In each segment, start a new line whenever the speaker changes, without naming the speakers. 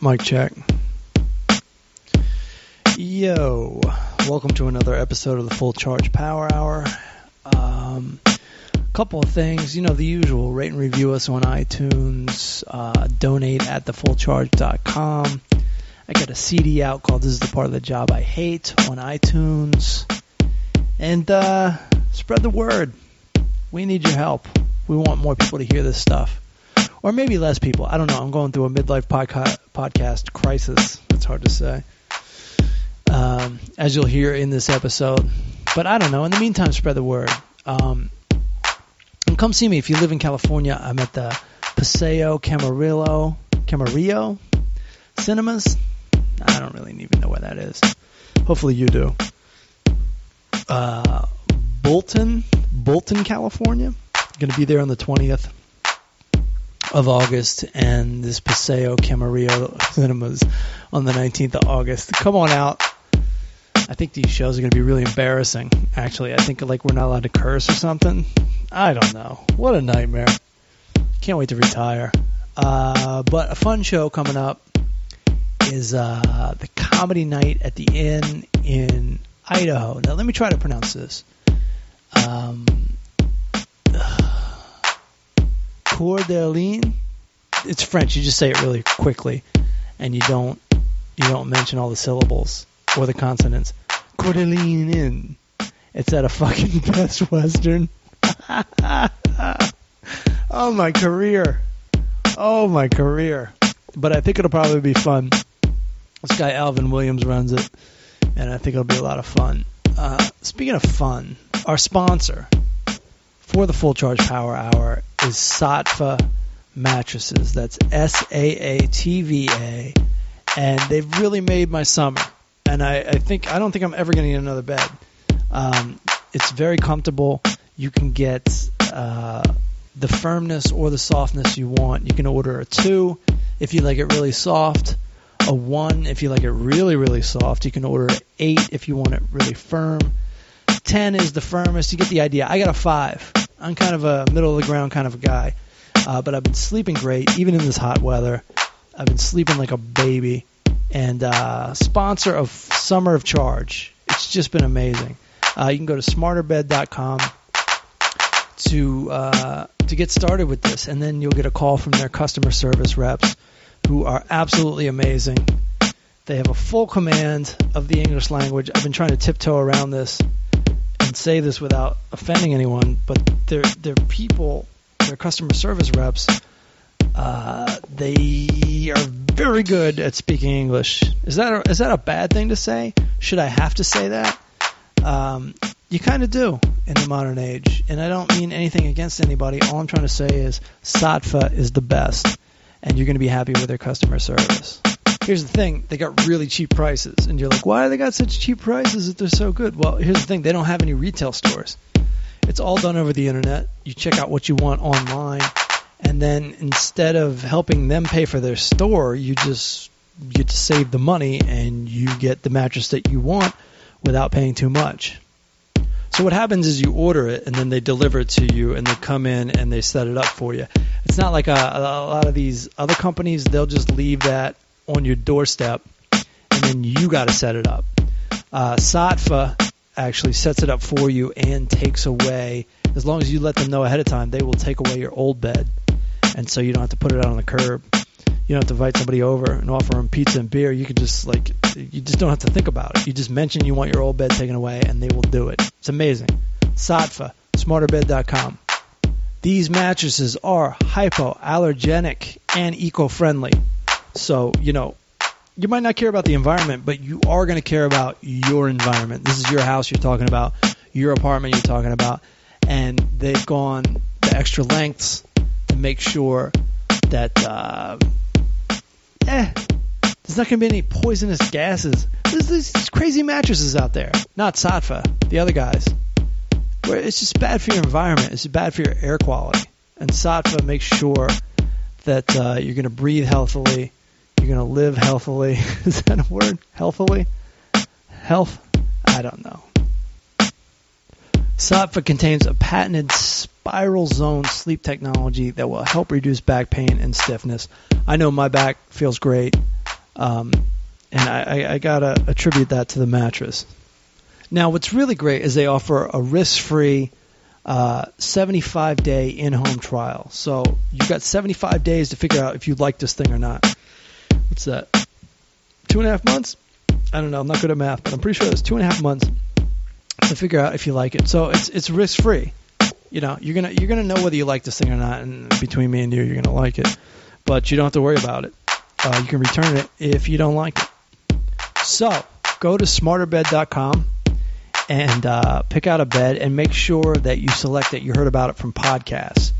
Mic check. Yo, welcome to another episode of the Full Charge Power Hour. Um, couple of things, you know, the usual rate and review us on iTunes, uh, donate at thefullcharge.com. I got a CD out called This is the Part of the Job I Hate on iTunes. And uh, spread the word. We need your help. We want more people to hear this stuff or maybe less people. I don't know. I'm going through a midlife podca- podcast crisis. It's hard to say, um, as you'll hear in this episode. But I don't know. In the meantime, spread the word. Um, and come see me if you live in California. I'm at the Paseo Camarillo Camarillo Cinemas. I don't really even know where that is. Hopefully you do. Uh, Bolton, Bolton, California. Going to be there on the 20th of August and this Paseo Camarillo Cinemas on the 19th of August. Come on out. I think these shows are going to be really embarrassing, actually. I think like we're not allowed to curse or something. I don't know. What a nightmare. Can't wait to retire. Uh, but a fun show coming up is uh, the comedy night at the inn in Idaho. Now, let me try to pronounce this. Um, Coeur d'Alene. It's French. You just say it really quickly, and you don't you don't mention all the syllables or the consonants. Coeur d'Alene in. It's at a fucking Best Western. oh my career. Oh my career. But I think it'll probably be fun. This guy Alvin Williams runs it, and I think it'll be a lot of fun. Uh, speaking of fun, our sponsor for the full charge power hour is Satva mattresses. That's S A A T V A, and they've really made my summer. And I, I think I don't think I'm ever going to need another bed. Um, it's very comfortable. You can get uh, the firmness or the softness you want. You can order a two if you like it really soft, a one if you like it really really soft. You can order eight if you want it really firm. 10 is the firmest. You get the idea. I got a 5. I'm kind of a middle of the ground kind of a guy. Uh, but I've been sleeping great, even in this hot weather. I've been sleeping like a baby. And uh, sponsor of Summer of Charge. It's just been amazing. Uh, you can go to smarterbed.com to uh, to get started with this, and then you'll get a call from their customer service reps, who are absolutely amazing. They have a full command of the English language. I've been trying to tiptoe around this and say this without offending anyone, but their their people, their customer service reps, uh, they are very good at speaking English. Is that a, is that a bad thing to say? Should I have to say that? Um, you kind of do in the modern age, and I don't mean anything against anybody. All I'm trying to say is Satva is the best, and you're going to be happy with their customer service. Here's the thing: they got really cheap prices, and you're like, "Why do they got such cheap prices if they're so good?" Well, here's the thing: they don't have any retail stores. It's all done over the internet. You check out what you want online, and then instead of helping them pay for their store, you just get to save the money and you get the mattress that you want without paying too much. So what happens is you order it and then they deliver it to you and they come in and they set it up for you. It's not like a, a lot of these other companies, they'll just leave that on your doorstep and then you got to set it up. Uh, Satva actually sets it up for you and takes away, as long as you let them know ahead of time, they will take away your old bed. And so you don't have to put it out on the curb. You don't have to invite somebody over and offer them pizza and beer. You can just like, you just don't have to think about it. You just mention you want your old bed taken away and they will do it. It's amazing. Satva, smarterbed.com. These mattresses are hypoallergenic and eco-friendly. So, you know, you might not care about the environment, but you are going to care about your environment. This is your house you're talking about, your apartment you're talking about, and they've gone the extra lengths to make sure that, uh, eh, there's not going to be any poisonous gases. There's these crazy mattresses out there, not Satva, the other guys. Where it's just bad for your environment. It's bad for your air quality. And Satva makes sure that uh, you're going to breathe healthily, you're going to live healthily. Is that a word? Healthily? Health? I don't know. Satva contains a patented spiral zone sleep technology that will help reduce back pain and stiffness. I know my back feels great. Um, and I, I, I gotta attribute that to the mattress. Now, what's really great is they offer a risk-free uh, 75-day in-home trial. So you've got 75 days to figure out if you like this thing or not. What's that? Two and a half months? I don't know. I'm not good at math, but I'm pretty sure it's two and a half months to figure out if you like it. So it's it's risk-free. You know, you're gonna you're gonna know whether you like this thing or not, and between me and you, you're gonna like it. But you don't have to worry about it. Uh, you can return it if you don't like it. So go to smarterbed.com and uh, pick out a bed and make sure that you select that you heard about it from podcasts.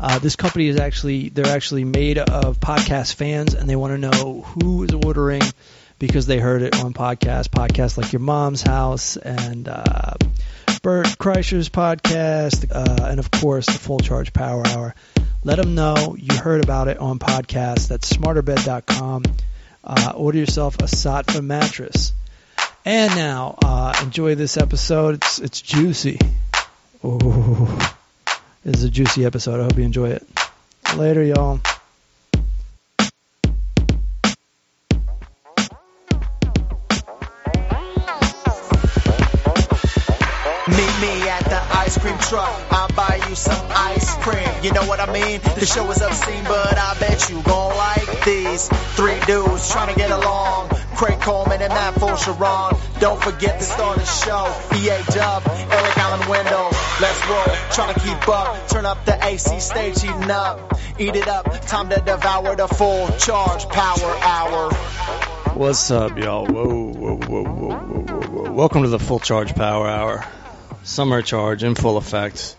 Uh, this company is actually they're actually made of podcast fans and they want to know who is ordering because they heard it on podcasts, podcasts like your mom's house and uh, Bert Kreischer's podcast, uh, and of course the Full Charge Power Hour. Let them know you heard about it on podcasts. That's smarterbed.com. Uh, order yourself a Satva mattress. And now, uh, enjoy this episode. It's it's juicy. Oh, this is a juicy episode. I hope you enjoy it. Later, y'all.
Meet me at the ice cream truck. I'll buy you some ice cream. You know what I mean? The show is obscene, but I bet you gon' like these three dudes trying to get along. Craig Coleman and Matt Sharon. Don't forget to start the show. EA Dub, Eric Allen Window. Let's roll. Trying to keep up. Turn up the AC stage, heating up. Eat it up. Time to devour the full charge power hour.
What's up, y'all? Whoa, whoa, whoa, whoa, whoa, whoa, whoa. Welcome to the Full Charge Power Hour. Summer Charge in full effect.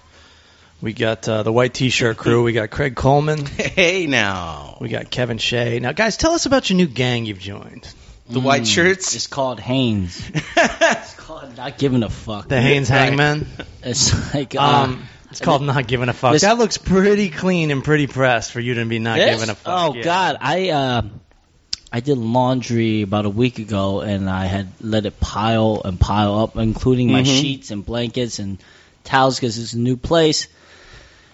We got uh, the White T shirt crew. We got Craig Coleman.
Hey now.
We got Kevin Shea. Now, guys, tell us about your new gang you've joined
The white shirts.
It's called Haynes. Hmm. It's called not giving a fuck.
the Haynes
Right.
Hangman.
It's like um,
Um, it's called Not Giving a Fuck.
This-
that looks pretty clean and pretty pressed for you to be not
this?
giving a fuck.
Oh
Yeah.
God, I uh, I did laundry about a week ago, and I had let it pile and pile up, including my
Mhm.
sheets and blankets and towels, because it's a new place.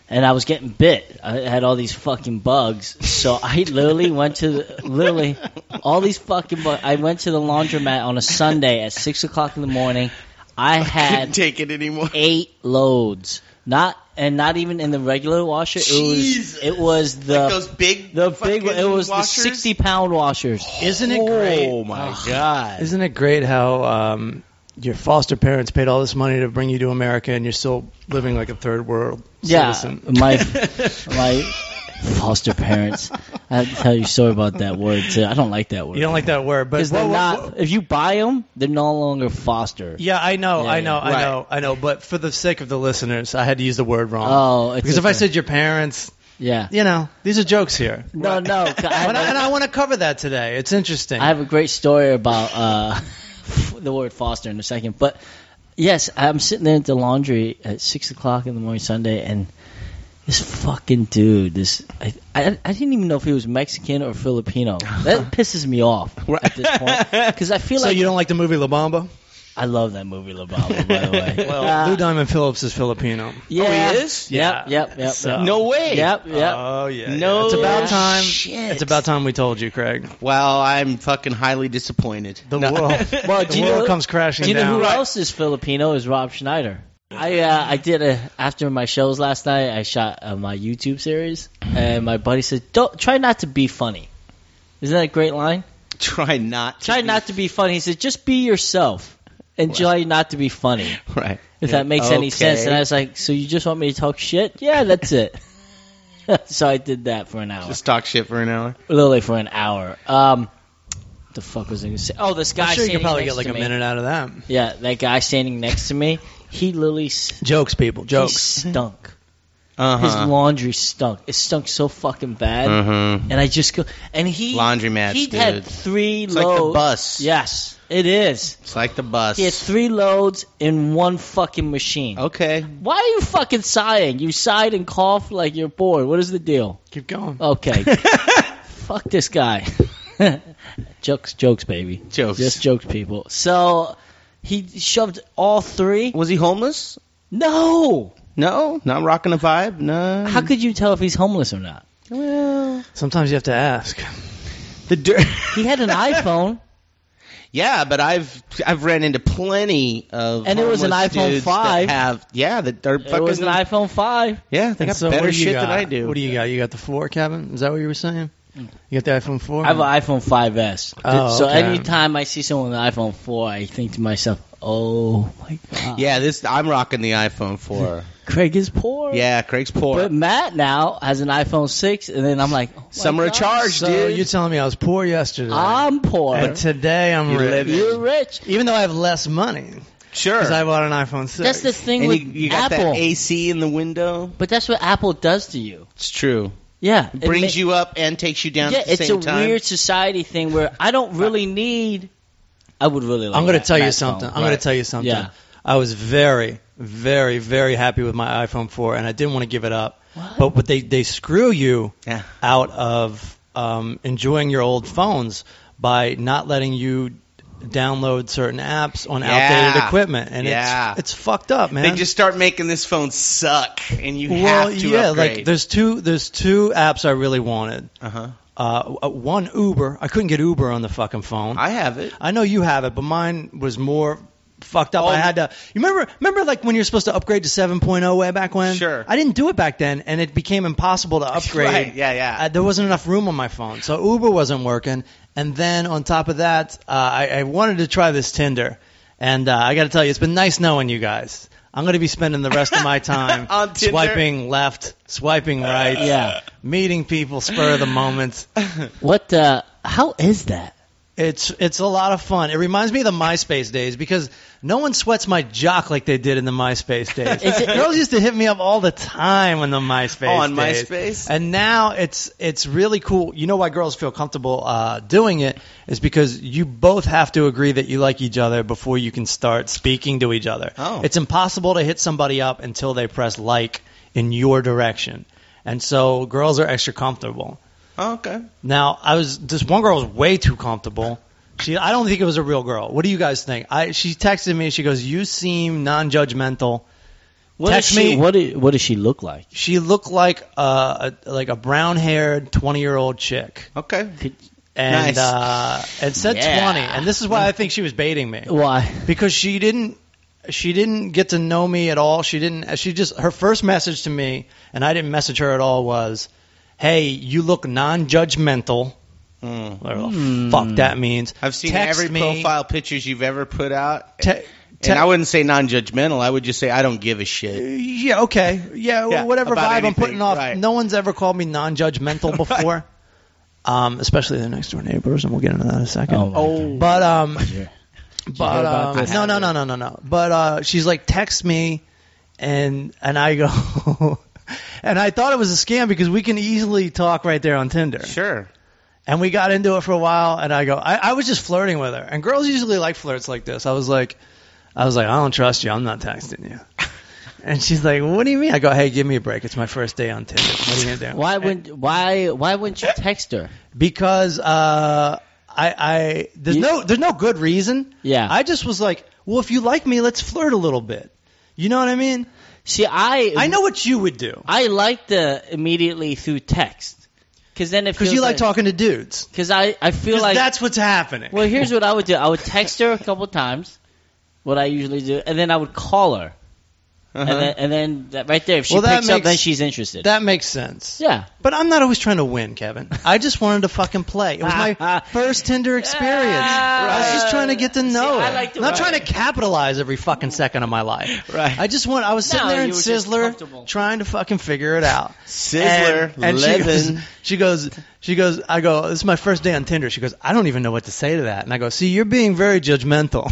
And I was getting bit. I had all these fucking bugs, so I literally went to the, literally all these fucking bugs. I went to the laundromat on a Sunday at six o'clock in the morning. I had
Couldn't take it anymore.
eight loads. Not and not even in the regular washer.
Jesus.
It was it was the
like those big,
the big one.
fucking
It was
washers.
the sixty pound washers.
Isn't it great? Ah.
Oh my
Ugh.
god!
Isn't it great how um, your foster parents paid all this money to bring you to America and you're still living like a third world
Yeah,
citizen?
my my foster parents. I have to tell you a story about that word too. I don't like that word
You don't like that word, but
because they're
Whoa, whoa,
not.
whoa.
If you buy them, they're no longer foster.
Yeah, I know,
Yeah,
I know,
yeah.
I know, I know. But for the sake of the listeners, I had to use the word wrong.
Oh, it's
because if I
okay.
said your parents,
Yeah.
you know, these are jokes here.
No, no. 'cause I have
And I, and
a-
I want to cover that today. It's interesting.
I have a great story about uh, the word foster in a second, but yes, I'm sitting there at the laundry at six o'clock in the morning Sunday, and this fucking dude, this I, I, I didn't even know if he was Mexican or Filipino. That pisses me off at this point because I feel
so
like
you don't like the movie La Bamba?
I love that movie La Bamba, by the way.
Well,
Uh,
Lou Diamond Phillips is Filipino.
yeah,
Oh, he is?
Yep,
Yeah.
yep, yep.
So-
No way.
Yep, yep.
Oh yeah.
No
yeah. It's about
Yeah.
time.
Shit.
It's about time we told you, Craig.
Wow, I'm fucking highly disappointed.
The world.
Well,
the
do you
world
know-
comes crashing
Do you know
down.
who else is Filipino? Is Rob Schneider. I uh, I did a after my shows last night. I shot uh, my YouTube series, and my buddy said, "Don't try not to be funny." Isn't that a great line?
Try not. To
Try
be-
not to be funny. He said, "Just be yourself and try not to be funny."
Right.
If that makes any sense. And I
Okay.
was like, "So you just want me to talk shit?" Yeah, that's it. so I did that for an hour,
Just talk shit for an hour.
literally for an hour. Um, the fuck was I going to say? Oh, this guy.
I'm sure you
standing
could probably
next
get like
to
a
me.
minute out of that.
Yeah, that guy standing next to me, he literally s-
Jokes, people.
he
Jokes.
stunk.
Uh
His
huh.
laundry stunk. It stunk so fucking bad. And I just go and he
Laundromats,
He had
Mm-hmm. dude.
three
It's like
loads.
the bus.
Yes, it is.
It's like the bus.
He had three loads in one fucking machine.
Okay.
Why are you fucking sighing? You sighed and coughed like you're bored. What is the deal?
Keep going.
Okay, fuck this guy. jokes, jokes, baby.
Jokes.
Just jokes, people. So he shoved all three.
Was he homeless?
No.
No, not rocking a vibe. No.
How could you tell if he's homeless or not?
Well,
Sometimes you have to ask.
The dirt.
He had an iPhone,
Yeah, but I've I've ran into plenty of
And it was an
homeless
iPhone
dudes that
5.
Have yeah, that are
it
fucking
was an iPhone 5.
yeah, they
And
got
so what
better
do you
shit
got?
than I do.
What do you got? You got the four, Kevin? Is that what you were saying? You got the iPhone four?
I have an iPhone 5S.
Oh,
so
okay.
anytime I see someone with an iPhone 4, I think to myself, oh my God.
yeah, this I'm rocking the iPhone four.
Craig is poor.
yeah, Craig's poor.
But Matt now has an iPhone 6, and then I'm like, oh my
Summer
God.
charge,
so
dude.
you're telling me I was poor yesterday,
I'm poor.
but today I'm
You
rich.
live it.
You're rich.
Even though I have less money,
sure.
because I bought an iPhone six.
That's the thing
and you,
with
you got
Apple.
that AC in the window.
But that's what Apple does to you.
It's true.
Yeah, it
Brings
ma-
you up and takes you down
Yeah,
at the
it's
same
a
time.
weird society thing where I don't really need. I would really like.
I'm going to
that-
tell you
that
something.
phone.
I'm going
Right.
to tell you something.
Yeah.
I was very, very, very happy with my iPhone 4, and I didn't want to give it up.
What?
But what they they screw you
Yeah.
out of um, enjoying your old phones by not letting you download certain apps on outdated
Yeah.
equipment, and
Yeah.
it's it's fucked up, man.
They just start making this phone suck, and you
well,
have to
yeah,
upgrade.
like there's two there's two apps I really wanted.
uh-huh.
Uh, w- one Uber. I couldn't get Uber on the fucking phone.
I have it.
I know you have it, but mine was more fucked up.
Oh.
I had to. You remember? Remember, like when you're supposed to upgrade to 7.0 way back when?
Sure.
I didn't do it back then, and it became impossible to upgrade.
Right, yeah, yeah.
Uh, there wasn't enough room on my phone, so Uber wasn't working. And then on top of that, uh, I, I wanted to try this Tinder, and uh, I got to tell you, it's been nice knowing you guys. I'm going to be spending the rest of my time
On Tinder? Uh,
swiping left, swiping right,
Yeah.
meeting people spur of the moment.
What? Uh, how is that?
It's it's a lot of fun. It reminds me of the MySpace days because no one sweats my jock like they did in the MySpace days.
Is it-
Girls used to hit me up all the time in the MySpace.
Oh, on
days.
MySpace?
And now it's it's really cool. You know why girls feel comfortable uh, doing it is because you both have to agree that you like each other before you can start speaking to each other.
Oh.
It's impossible to hit somebody up until they press like in your direction. And so girls are extra comfortable.
Oh, okay.
Now, I was this one girl was way too comfortable. She, I don't think it was a real girl. What do you guys think? I, she texted me. She goes, "You seem non-judgmental."
What
Text
does she?
me.
What? Do, what does she look like?
She looked like a, a like a brown-haired twenty-year-old chick,
Okay.
and
Nice.
uh, it said
Yeah.
twenty. And this is why I think she was baiting me
Why?
because she didn't she didn't get to know me at all. She didn't. She just her first message to me, and I didn't message her at all. Was, "Hey, you look non-judgmental."
Mm.
whatever the fuck that means.
I've seen
Text
every
me,
profile pictures you've ever put out,
Te- te-
and I wouldn't say non-judgmental. I would just say I don't give a shit.
yeah, okay, yeah,
Yeah,
whatever vibe
about
I'm
anything,
putting off.
right.
No one's ever called me non-judgmental before, um, especially their next door neighbors, and we'll get into that in a second.
Oh, my God.
but um,
Yeah.
but
about
um,
this?
no, no, no, no, no, no. But uh, she's like, text me, and and I go. And I thought it was a scam because we can easily talk right there on Tinder.
Sure.
And we got into it for a while, and I go, I, I was just flirting with her. And girls usually like flirts like this. I was like, I was like, I don't trust you. I'm not texting you. And she's like, What do you mean? I go, Hey, give me a break. It's my first day on Tinder. What are you gonna do?
why wouldn't? Why? Why wouldn't you text her?
Because uh, I, I there's
You-
no there's no good reason.
Yeah.
I just was like, Well, if you like me, let's flirt a little bit. You know what I mean?
See, I
I know what you would do
I like the immediately through text because then it
because
feels
you like talking to dudes.
Because I I feel
'Cause
like
that's what's happening.
Well, here's what I would do. I would text her a couple times, what I usually do, and then I would call her,
Uh-huh.
and then, and then that right there, if she
Well, that
picks up,
makes-
then she's interested.
that makes sense.
yeah.
But I'm not always trying to win, Kevin. I just wanted to fucking play. It was my first Tinder experience. I was just trying to get to know
See,
it.
I like to
I'm not
win.
trying to capitalize every fucking second of my life.
Right.
I just want. I was sitting
No,
there in
you were just
Sizzler
comfortable.
trying to fucking figure it out.
Sizzler,
And, and she goes,
Levin.
she goes, she goes. I go. This is my first day on Tinder. She goes. I don't even know what to say to that. And I go. See, you're being very judgmental.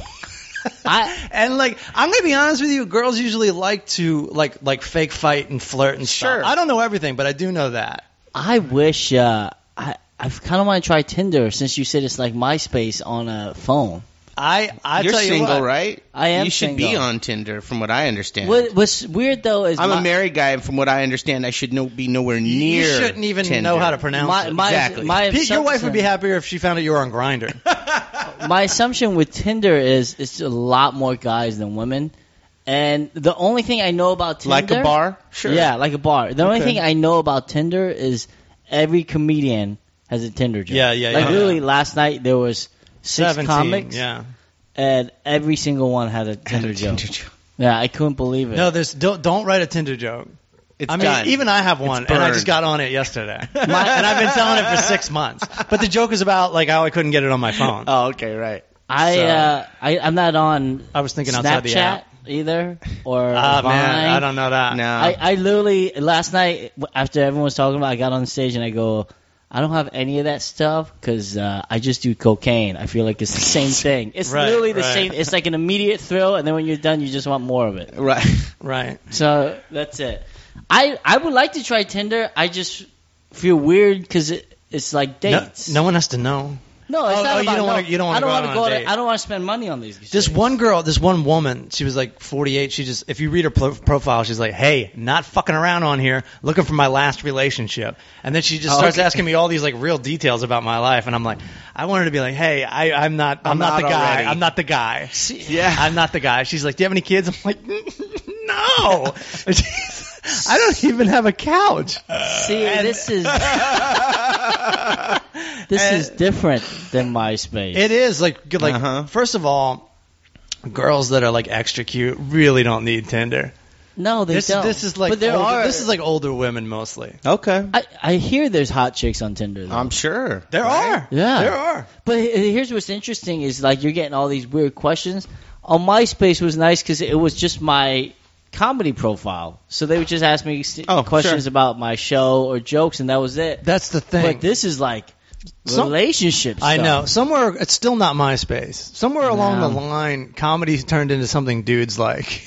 I-
and like I'm gonna be honest with you, girls usually like to like like fake fight and flirt and
Sure.
stuff. I don't know everything, but I do know that.
I wish uh, I I kind of want to try Tinder since you said it's like MySpace on a phone.
I I
You're
tell you
single,
what,
right?
I am
You should be
single.
on Tinder, from what I understand.
What, what's weird though is
I'm
my,
a married guy, and from what I understand, I should no, be nowhere near.
You shouldn't even
Tinder.
know how to pronounce
my,
it.
my,
Exactly.
my
Pete, your wife would be
assumption-
happier if she found out you were on Grinder.
my assumption with Tinder is it's a lot more guys than women. And the only thing I know about Tinder
Like a bar? Sure.
Yeah, like a bar. The only
Okay.
thing I know about Tinder is every comedian as a Tinder joke.
Yeah, yeah,
Like
yeah.
literally last night there was six comics,
Yeah.
and every single one had a Tinder joke. Yeah, I couldn't believe it.
No, there's don't don't write a Tinder joke.
It's
I mean,
done.
even I have one, and I just
burned.
got on it yesterday, and I've been telling it for six months. But the joke is about like how I couldn't get it on my phone.
Oh, okay, right.
I, uh, I I'm not on
I was thinking outside the
Snapchat
app.
either or
Ah man,
Vine.
Uh, I don't know that.
No.
I, I literally last night w- after everyone was talking about, it, I got on stage and I go, I don't have any of that stuff because uh, I just do cocaine. I feel like it's the same thing. It's
Right,
literally the
right.
same. It's like an immediate thrill, and then when you're done, you just want more of it.
Right.
Right.
So that's it. I I would like to try Tinder. I just feel weird because it, it's like
No,
dates.
no one has to know.
No, it's
Oh,
not
oh, you
about
don't
no,
wanna- you don't wanna
I don't
go out
wanna
on a
go out-
date.
I don't want to spend money on these.
This
things.
one girl, this one woman, she was like 48. She just, if you read her pro- profile, she's like, "Hey, not fucking around on here, looking for my last relationship." And then she just
Oh,
starts
okay.
asking me all these like real details about my life, and I'm like, I want her to be like, "Hey, I, I'm not, I'm,
I'm
not the
out
guy.
already."
I'm not the guy.
Yeah.
I'm not the guy." She's like, "Do you have any kids?" I'm like, "No." And she's- I don't even have a couch.
See,
And-
this is this
And-
is different than MySpace.
It is like good. Like
Uh-huh.
first of all, girls that are like extra cute really don't need Tinder.
no, they
This,
don't.
this is like
but there
older-
are.
this is like older women mostly.
Okay.
I, I hear there's hot chicks on Tinder. Though.
I'm sure.
There are.
Yeah.
There are.
but he- here's what's interesting is like you're getting all these weird questions. On MySpace was nice because it was just my comedy profile, so they would just ask me s-
Oh,
questions
sure.
about my show or jokes, and that was it.
That's the thing.
But this is like
Some-
relationships.
I know. Somewhere it's still not MySpace. Somewhere along
No.
the line, comedy's turned into something dudes like.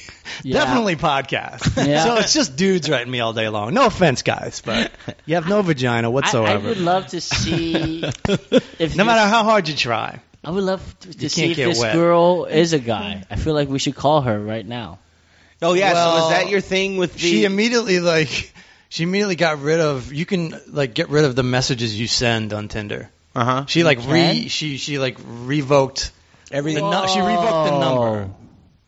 Definitely podcast.
Yeah.
So it's just dudes writing me all day long. No offense, guys, but you have no vagina
I, I
whatsoever.
would love to see if
no
this-
matter how hard you try.
I would love to, to see
can't
if
get
this
wet.
girl is a guy. I feel like we should call her right now.
Oh yeah.
Well,
so is that your thing with the?
she immediately like she immediately got rid of you can like get rid of the messages you send on Tinder.
uh huh.
She like re
can?
she she like revoked everything.
Whoa.
she revoked the number.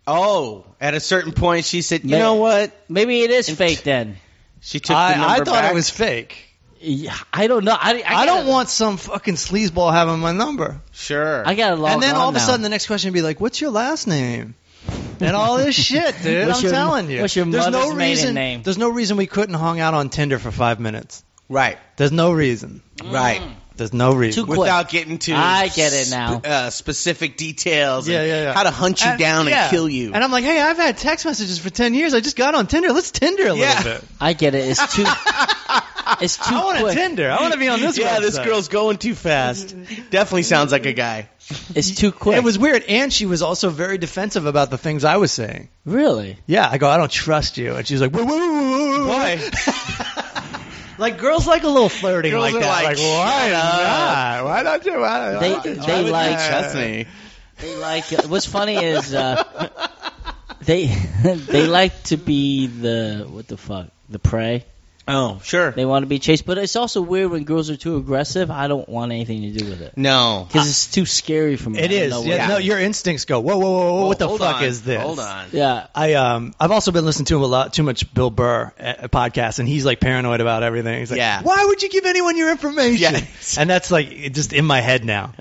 Oh, at a certain point, she said, "You
Ma-
know what?"
Maybe it is fake then.
She took the number
I, I thought
back.
it was fake.
Yeah, I don't know. I, I,
I,
gotta,
don't want some fucking sleazeball having my number.
sure.
I gotta log
and then
on
all of a
now.
sudden, the next question would be like, "What's your last name?" And all this shit, dude.
What's
I'm
your-
telling you.
what's your
there's no
mother's maiden
reason.
name?
There's no reason we couldn't hung out on Tinder for five minutes.
right.
There's no reason. Mm.
Right.
There's no reason.
Too quick.
Without getting to
I get it now.
sp- uh, specific details. and
Yeah, yeah, yeah.
How to hunt you
And-
down
Uh, yeah.
and kill you.
And I'm like, hey, I've had text messages for ten years. I just got on Tinder. Let's Tinder a
Yeah.
little bit.
I get it. It's too. it's too
I want to
quick.
Tinder. I want to be on this.
yeah, this
website.
girl's going too fast. Definitely sounds like a guy.
It's too quick.
It was weird, and she was also very defensive about the things I was saying.
really.
Yeah, I go, I don't trust you, and she's like, whoa, whoa, whoa, whoa, whoa.
Boy.
like girls like a little flirting
Girls
like
are
that.
like,
why
"Shut
not? Why not you? Why not?
They-
why-
they
why would
like-
you
trust me.
They like. What's funny is uh, they they like to be the what the fuck the prey.
Oh, sure.
They want to be chased, but it's also weird when girls are too aggressive. I don't want anything to do with it
No.
because it's too scary for me. I
It
don't
is.
know what-
Yeah, no, your instincts go, whoa, whoa, whoa, whoa what the
Uh, Hold
fuck
on.
is this?
Hold on.
yeah.
I um I've also been listening to him a lot too much Bill Burr uh, podcast and he's like paranoid about everything. He's like,
Yeah.
why would you give anyone your information?
Yeah.
And that's like it just in my head now.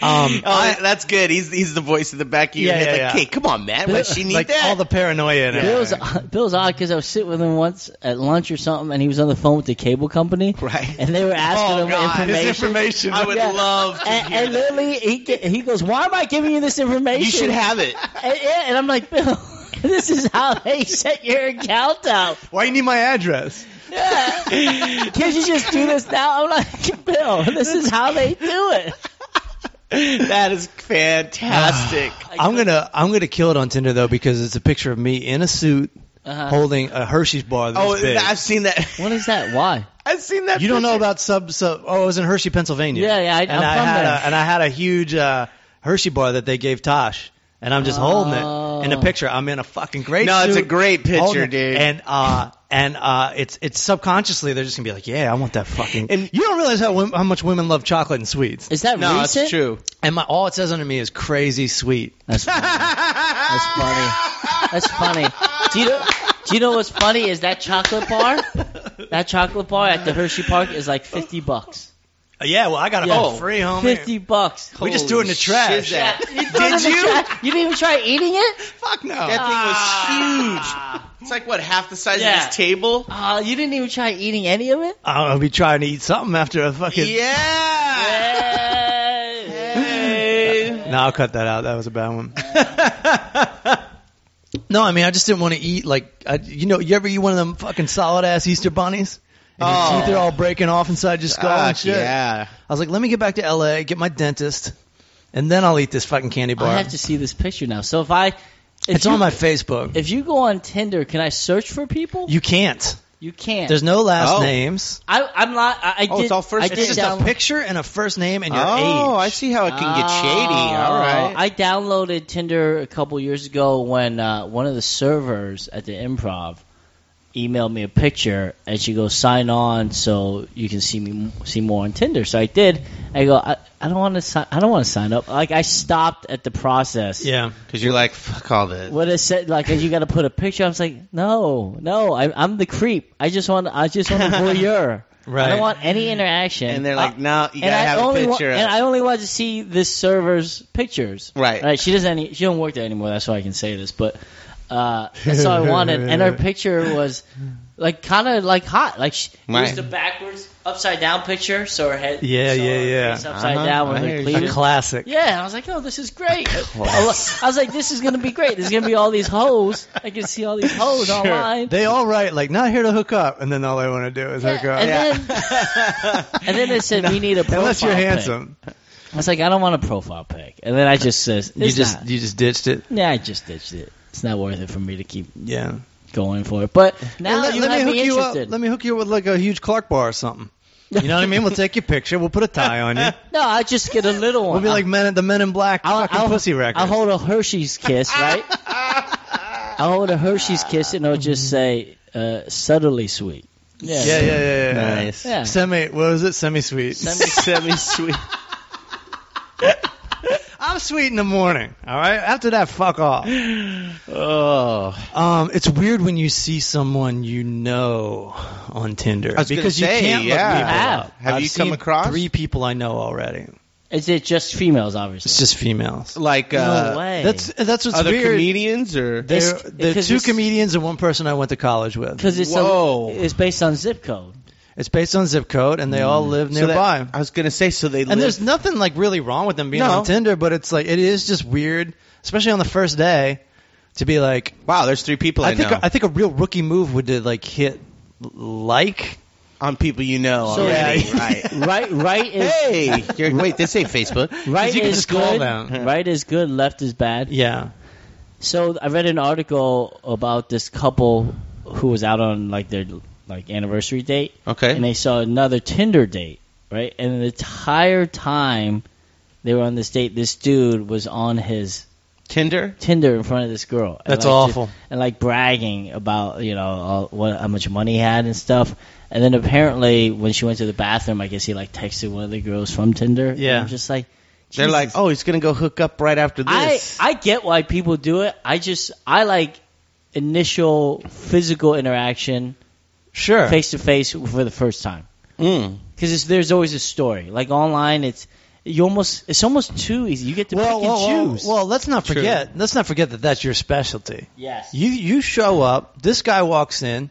Um,
Oh,
I-
that's good. He's he's the voice in the back of your
Yeah,
head.
yeah,
like,
yeah.
hey, come on, man. Why she need
like
that?
all the paranoia in it.
Bill's Bill's odd because I was sitting with him once at lunch or something, and he was on the phone with the cable company,
Right.
And they were asking
Oh,
him
God.
information.
information.
I would
Yeah.
love to
and,
hear
and
that.
literally, he ge- he goes, "Why am I giving you this information?"
You should have it.
And, yeah, and I'm like, Bill, this is how they set your account out.
Why you need my address?
Yeah. Can't you just do this now? I'm like, Bill, this is how they do it.
That is fantastic.
I'm gonna I'm gonna kill it on Tinder though because it's a picture of me in a suit
Uh-huh.
holding a Hershey's bar. This
oh,
big.
I've seen that.
What is that? Why?
I've seen that.
You don't know
picture.
about sub sub. Oh, it was in Hershey, Pennsylvania.
Yeah, yeah, I-
and
I'm
I
from
had
there.
A, and I had a huge uh, Hershey bar that they gave Tosh, and I'm just holding it in a
Oh.
picture. I'm in a fucking great.
No, it's a
suit,
great picture,
holding it.
dude.
And uh, and uh, it's it's subconsciously they're just gonna be like, yeah, I want that fucking. And
And-
you don't realize how wom- how much women love chocolate and sweets.
Is that
No,
recent?
that's true.
And my all it says under me is crazy sweet.
That's funny. That's funny. That's funny. Do you know? Do you know what's funny is that chocolate bar? That chocolate bar at the Hershey Park is like fifty bucks.
yeah, well, I got a
Yeah.
whole free,
Oh,
homie.
Fifty bucks.
We just
Holy
do it in the trash.
shizzack. that.
You threw it in
Did
the
you?
trash? You didn't even try eating it.
Fuck no.
That thing was huge.
Ah.
It's like what half the size
Yeah.
of this table.
Ah, you didn't even try eating any of it.
I'll be trying to eat something after a fucking.
Yeah.
No, I'll cut that out. That was a bad one. no, I mean, I just didn't want to eat like I, you know. You ever eat one of them fucking solid ass Easter bunnies? And
Oh.
your teeth are all breaking off inside your skull and
Fuck
shit.
yeah.
I was like, let me get back to L.A., get my dentist, and then I'll eat this fucking candy bar.
I have to see this picture now. So if I, if
it's
you,
on my Facebook.
If you go on Tinder, can I search for people?
you can't.
You can't.
There's no last
Oh.
names.
I, I'm not. I, I
Oh,
did,
it's all first
I
name.
did
It's just a
download-
picture and a first name and your
oh, I
age.
see how it can get shady.
Oh.
All right.
I downloaded Tinder a couple years ago when uh, one of the servers at the improv emailed me a picture and she goes sign on so you can see me see more on Tinder. So I did. I go I, I don't want to si- I don't want to sign up. Like I stopped at the process.
Yeah.
Because you're like, fuck all this.
What it said like you got to put a picture. I was like, no, no, I, I'm the creep. I just want I just want a voyeur. I
Right.
don't want any interaction.
And they're
I-
like, no, you
and
gotta
I
have a
only
picture.
wa-
of-
and I only want to see this server's pictures.
Right.
Right. She doesn't. Any, she don't work there anymore. That's why I can say this. But uh, that's all I wanted. And her picture was like kind of like hot. Like she, it was
Right.
the backwards upside down picture, so her head.
Yeah,
so
yeah,
her
yeah.
Face upside
Uh-huh.
down with
I hear
her
you.
A
cleavage.
classic.
Yeah, and I was like, oh, this is great. I lo- I was like, this is gonna be great. There's gonna be all these hoes. I can see all these hoes online.
They all write like not here to hook up, and then all they want to do is
Yeah,
hook up.
and then and then it said we need a profile
Unless you're
pic.
handsome,
I was like, I don't want a profile pic. And then I just says, it's
you just
not.
you just ditched it.
yeah, I just ditched it. It's not worth it for me to keep
Yeah.
going for it. But now
let,
you
let me
have
hook
me
you up.
interested.
Let me hook you up with like a huge Clark bar or something. You know what I mean? We'll take your picture. We'll put a tie on you.
no, I just get a little
We'll
one.
be like men, the Men in Black
I'll,
fucking
I'll-
pussy record.
I'll hold a Hershey's kiss, right? I'll hold a Hershey's kiss and I'll just say uh, subtly sweet.
yeah, yeah, yeah, yeah, yeah.
Nice.
Yeah.
Semi, what was it? Semi sweet.
Semi sweet.
I'm sweet in the morning. All right. After that, fuck off.
Oh.
Um, it's weird when you see someone you know on Tinder
I was gonna
because you
say,
can't look
yeah.
people
Have.
up.
Have
I've
you come
seen
across?
three people I know already?
Is it just females, obviously?
It's just females.
Like,
no
uh,
way.
That's that's what's
other
weird.
comedians or?
They're,
It's-
they're
because
two
it's-
comedians and one person I went to college with.
because it's a-
Whoa.
it's based on zip code.
It's based on zip code, and they all live
Mm. So that-
nearby.
I was going to say, so they
and
live.
there's nothing like really wrong with them being
No.
on Tinder, but it's like it is just weird, especially on the first day, to be like.
wow, there's three people I,
I think
know
I think a real rookie move would to like hit like.
on people you know
So-
already.
Yeah.
right.
Right, right is
Hey, you're, wait, this ain't Facebook.
right
you can
is
just
good.
call them.
Right is good. Left is bad.
Yeah.
So I read an article about this couple who was out on like their like anniversary date,
Okay.
and they saw another Tinder date, right? And the entire time they were on this date, this dude was on his
Tinder?
Tinder in front of this girl. And,
That's
like,
awful.
ju- and like bragging about you know all, what how much money he had and stuff. And then apparently when she went to the bathroom, I guess he like texted one of the girls from Tinder. And
Yeah.
I'm just like
They're like,
Jesus.
oh, he's going to go hook up right after
I
this.
I get why people do it. I just I like initial physical interaction
Sure.
face to face for the first time
Mm.
because there's always a story. Like online, it's you almost it's almost too easy. You get to
well,
pick
well, well,
and choose.
well, let's not
True.
forget. Let's not forget that that's your specialty.
yes.
You you show up. This guy walks in.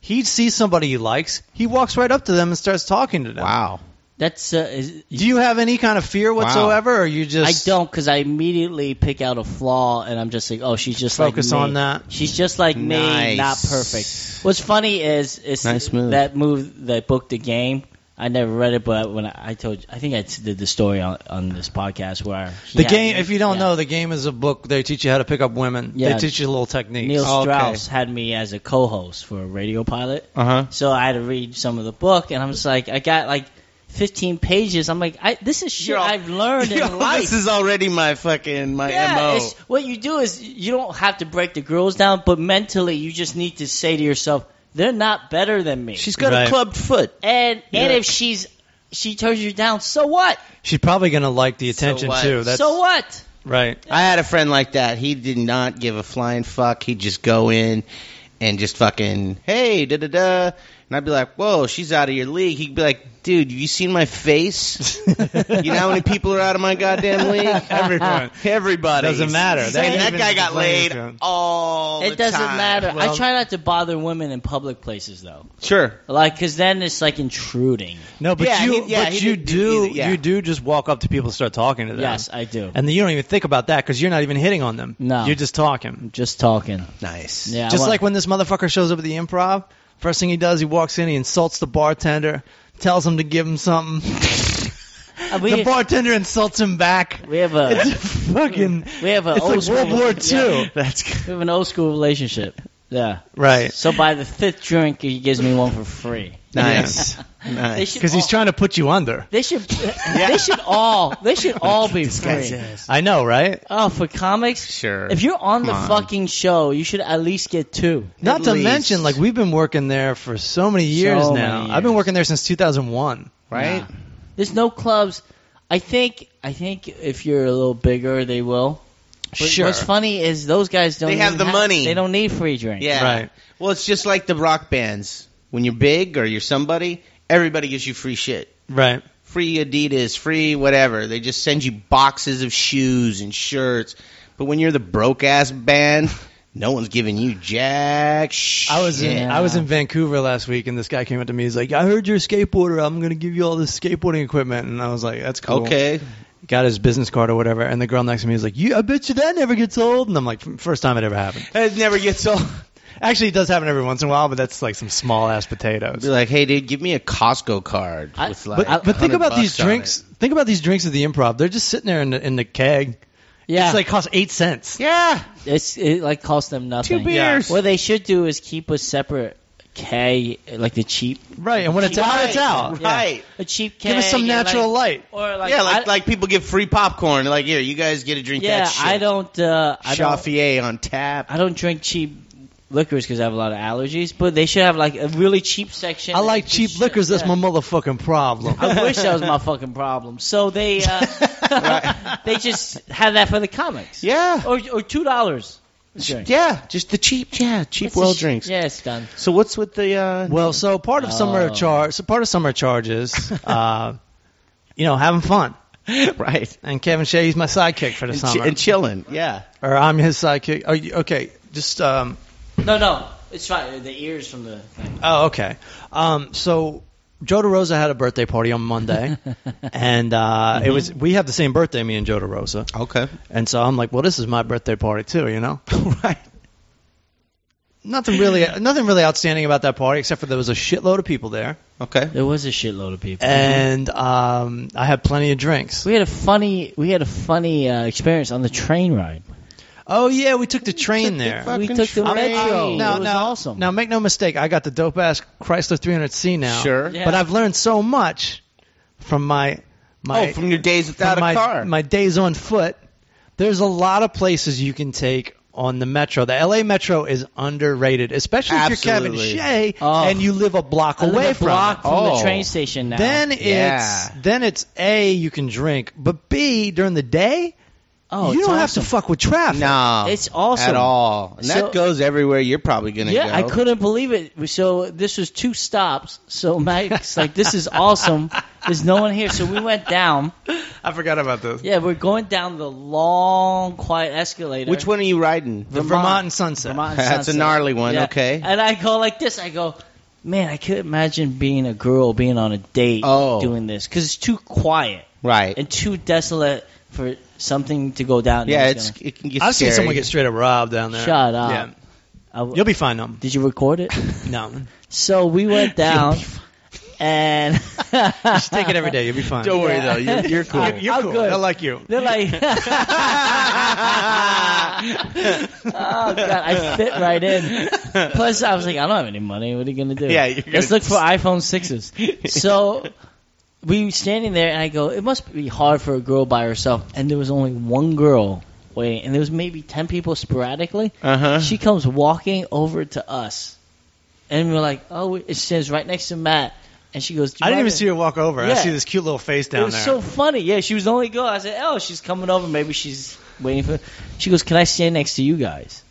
He sees somebody he likes. He walks right up to them and starts talking to them.
Wow.
That's uh, is,
Do you have any kind of fear whatsoever, or you
I
just
don't because I immediately pick out a flaw and I'm just like, oh, she's just
Focus
like me.
on that.
She's just like me,
Nice.
not perfect. What's funny is is
Nice move.
that move that booked the game. I never read it, but when I, I told, I think I did the story on, on this podcast where
The
yeah,
game, if you don't
yeah.
know, the game is a book. They teach you how to pick up women.
Yeah.
They teach you little techniques.
Neil
Oh, okay.
Strauss had me as a co-host for a radio pilot,
Uh huh.
so I had to read some of the book, and I'm just like, I got like 15 pages. I'm like, I, this is shit
You're all-
I've learned in life.
This is already my fucking my
Yeah,
mo.
it's, what you do is you don't have to break the girls down, but mentally you just need to say to yourself, they're not better than me.
She's got
Right.
a clubbed foot.
and and
Yeah.
if she's she turns you down, so what?
She's probably gonna like the attention
what?
too. That's
so what?
right.
I had a friend like that. He did not give a flying fuck. He'd just go in and just fucking hey da da da. and I'd be like, "Whoa, she's out of your league." He'd be like, "Dude, have you seen my face? you know how many people are out of my goddamn league?
Everyone.
Everybody
Doesn't matter.
He's
That
saying that
even
guy got
complains
laid
about it.
all.
It
the
doesn't
time.
matter. I
Well-
try not to bother women in public places though,
Sure.
like because then it's like intruding.
No, but
Yeah,
you
he- yeah,
but
he
you
didn't
do
do either, yeah.
you do just walk up to people and start talking to them.
Yes, I do.
And then you don't even think about that because you're not even hitting on them.
No.
You're just talking.
Just talking.
Nice.
Yeah, I
just
want-
like when this motherfucker shows up at the improv, first thing he does, he walks in, he insults the bartender, tells him to give him something.
Uh, we,
the bartender insults him back.
we have a
It's a fucking.
we have a
It's
old
like
school,
World War
yeah.
II.
That's good.
we have an old school relationship. Yeah.
Right.
So by the fifth drink, he gives me one for free.
Nice.
They
nice.
should
Because he's
all-
trying to put you under.
They should. They should all. They should all be free.
I know, right?
Oh, for comics,
Sure.
If you're on the
Come on.
fucking show, you should at least get two.
Not
At
to
least.
mention, like we've been working there for so many years
So
now.
many
I've been
years.
working there since 2001.
right?
Nah. There's no clubs. I think. I think if you're a little bigger, they will. But
Sure.
What's funny is those guys don't.
They have
even
the money.
They don't need free drinks.
Yeah.
Right.
Well, it's just like the rock bands. When you're big or you're somebody, everybody gives you free shit.
Right.
Free Adidas, free whatever. They just send you boxes of shoes and shirts. But when you're the broke ass band, no one's giving you jack shit.
I was in I was in Vancouver last week, and this guy came up to me. He's like, "I heard you're a skateboarder. I'm gonna give you all this skateboarding equipment." And I was like, "That's cool."
Okay.
Got his business card or whatever, and the girl next to me is like, "You, I bet you that never gets old." And I'm like, "F- "First time it ever happened."
It never gets old.
Actually, it does happen every once in a while, but that's like some small ass potatoes.
Be like, hey, dude, give me a Costco card.
I-
with
But,
like
but think
100
about
bucks
these
on
drinks.
it.
Think about these drinks at the improv. They're just sitting there in the, in the keg.
Yeah.
It's like costs eight cents.
Yeah.
It's it like costs them nothing.
Two beers.
What they should do is keep a separate keg, like the cheap,
Right, and when it's out,
Right,
it's out.
Right.
a cheap keg.
Give us some
and, like-
natural light.
Or like,
yeah, like
I,
like people give free popcorn. Like, here, you guys get to drink
yeah.
that shit.
I don't. Uh, I don't.
Chauffier on tap.
I don't drink cheap liquors because I have a lot of allergies. But they should have like a really cheap section.
I like
Just
cheap
shit,
liquors. That's
yeah.
my motherfucking problem.
I wish that was my fucking problem. So they uh, they just have that for the comics.
Yeah.
Or or two dollars. Cheap
Yeah, just the cheap, yeah, cheap well drinks.
Yeah, it's done.
So what's with the? uh
Well, so part of summer
Oh.
charge, so part of summer charges, uh, you know, having fun.
right
And Kevin Shea, he's my sidekick for the
and,
summer,
chi- and chilling. Yeah,
or I'm his sidekick. Oh, you- okay, just um,
No, no, it's fine. The ears from the.
oh, okay. Um, so Joe DeRosa had a birthday party on Monday, and uh, it was we have the same birthday, me and Joe DeRosa,
okay,
and so I'm like, well, this is my birthday party too, you know.
right.
Nothing really, nothing really outstanding about that party except for there was a shitload of people there,
Okay,
There was a shitload of people.
and um, I had plenty of drinks.
Mm-hmm. we had a funny we had a funny uh, experience on the train ride.
Oh yeah, we took the train
the
there.
fucking
we took the
train.
metro.
Now,
it was
now,
awesome.
Now, make no mistake, I got the dope ass Chrysler 300C now.
sure.
Yeah.
But I've learned so much from my my
oh, from your days
from
without a
my,
car.
my days on foot. There's a lot of places you can take on the metro. The LA metro is underrated, especially if
Absolutely.
you're Kevin Shea
Oh.
and you live a block
I live
away
a block
from. it.
from the
Oh.
train station now.
Then
Yeah.
it's then it's a you can drink, but b during the day
oh,
you
it's
don't have
awesome.
to fuck with traffic.
no,
It's awesome.
at all, and
So-
that goes everywhere. You're probably gonna
Yeah,
go.
I couldn't believe it. So this was two stops. So Mike's like, "This is awesome. There's no one here." So we went down.
I forgot about this.
Yeah, we're going down the long, quiet escalator.
Which one are you riding?
The
Vermont.
Vermont, and Sunset.
Vermont and
That's a
Sunset.
gnarly one,
Yeah.
okay.
And I go like this. I go, man, I could imagine being a girl being on a date
Oh.
doing this because it's too quiet
Right.
and too desolate for something to go down.
yeah,
No
it's
one's
it can get.
I've
scary.
seen someone get straight up robbed down there.
Shut up. gonna- I-
You'll be fine, though.
did you record it?
No.
So we went down and
Just take it every day. You'll be fine.
Don't worry
Yeah.
though, you're, you're cool.
You're, you're
I'm
cool.
good.
I like you.
They're like, oh god, I fit right in. Plus, I was like, I don't have any money. What are you gonna do?
Yeah, you're gonna
let's look for iPhone sixes. So we were standing there, and I go, it must be hard for a girl by herself. And there was only one girl waiting, and there was maybe ten people sporadically.
Uh huh.
She comes walking over to us, and we're like, oh, it stands right next to Matt. And she goes, "Do you
I didn't even
mind-
see her walk over. I
Yeah.
see this cute little face
it
down
was
there.
so funny. Yeah, she was the only girl. I said, "Oh, she's coming over. Maybe she's waiting for." She goes, "Can I stand next to you guys?"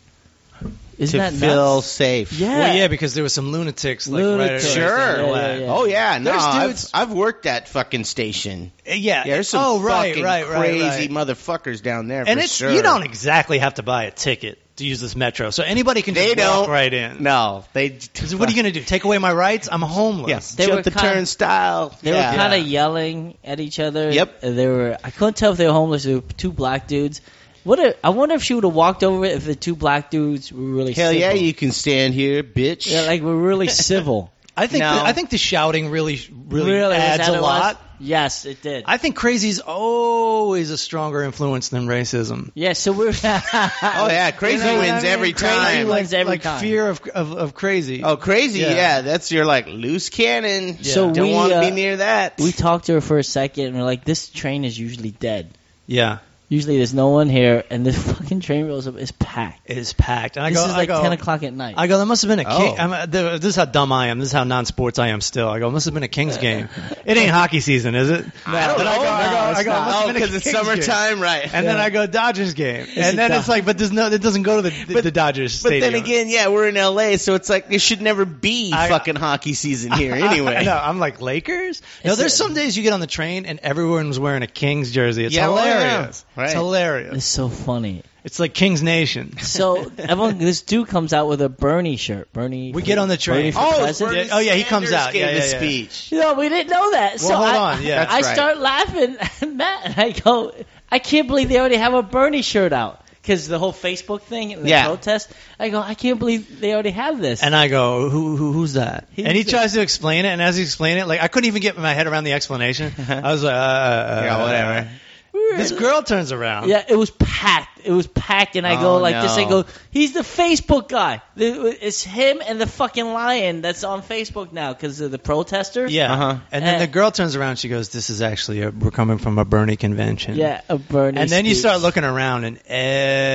to
Isn't that
feel
nuts?
safe.
Yeah.
Well, yeah, because there was some lunatics like
Lunatics.
right
Sure.
Yeah,
Yeah, yeah, yeah.
Oh yeah, no,
There's
I've,
dudes-
I've worked that fucking station.
yeah.
Yeah, there's some
oh, right,
fucking
right, right,
crazy
right.
motherfuckers down there.
and
for
it's
sure.
you don't exactly have to buy a ticket to use this metro, so anybody can
They
just walk
don't.
right in.
No, they.
'Cause What are you going to do? Take away my rights? I'm homeless.
Yes,
They were
jump the
kinda-
turnstile.
They
yeah.
were kind of yelling at each other.
Yep.
And They were. I couldn't tell if they were homeless. They were two black dudes. What? A, I wonder if she would have walked over it if the two black dudes were really
Hell
civil.
yeah, you can stand here, bitch.
Yeah, like we're really civil.
I think
No.
the, I think the shouting really really,
is
adds a
that it was?
lot.
Yes, it did.
I think crazy's always a stronger influence than racism.
yeah, so we're.
oh yeah, crazy
You know what I
wins
mean?
every
Crazy
time.
wins every
like
time.
fear of of, of crazy.
Oh, crazy!
Yeah.
Yeah. that's your like loose cannon.
So
don't
we,
want to
uh,
be near that.
We talked to her for a second, and we're like, "This train is usually dead.
yeah,
Usually, there's no one here, and this fucking train rolls up. It's packed.
it is packed. And I
this
go,
is
I
like
go,
ten o'clock at night.
I go, that must have been a king.
Oh.
I'm, uh, th- this is how dumb I am. This is how non-sports I am still. I go, must have been a Kings game. It ain't hockey season, is it?
I don't
And I go,
know.
I go, I go, it
No,
must
oh,
have been a
because it's
Kings game.
summertime, right?
And then
Yeah.
I go Dodgers game, and
a
then it's
Dod-
like, but there's no, it doesn't go to the, the, the Dodgers.
But
stadium.
then again, yeah, we're in LA, so it's like it should never be
I-
fucking hockey season here anyway.
no, I'm like Lakers. No,
It's
there's
a-
some days you get on the train and everyone's wearing a Kings jersey. It's
Yeah, well, yeah.
hilarious.
Right.
It's hilarious.
it's so funny.
It's like Kings Nation.
So everyone, this dude comes out with a Bernie shirt. Bernie.
We get on the train.
Bernie for
Oh,
it's Bernie
president.
Oh, yeah, he comes
Sanders
out.
Gave
Yeah, yeah,
a
yeah.
speech.
No, we didn't know that. So
Well, hold
I,
on, yeah.
That's
I
right.
start laughing at Matt, and I go, I can't believe they already have a Bernie shirt out because the whole Facebook thing and the
Yeah.
protest. I go, I can't believe they already have this.
And I go, who, who who's that?
He's
and he
a-
tries to explain it, and as he explained it, like I couldn't even get my head around the explanation. I was like, uh, uh, uh,
Yeah, whatever.
We were-
This girl turns around.
Yeah, it was packed. It was packed, and I go
Oh,
like this. I
no.
go, he's the Facebook guy. It's him and the fucking lion that's on Facebook now because of the protesters.
Yeah.
Uh-huh.
And then
Uh,
the girl turns around. She goes, "This is actually a, we're coming from a Bernie convention."
yeah, a Bernie.
And then you
speech.
start looking around, and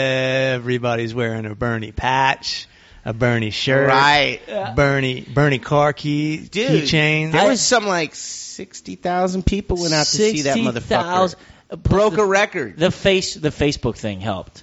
everybody's wearing a Bernie patch, a Bernie shirt,
Right.
Bernie Bernie car key
Dude,
keychain.
There
I-
was some like sixty thousand people went out to see that motherfucker.
60,000 uh,
Broke
the,
a record.
the face. The Facebook thing helped.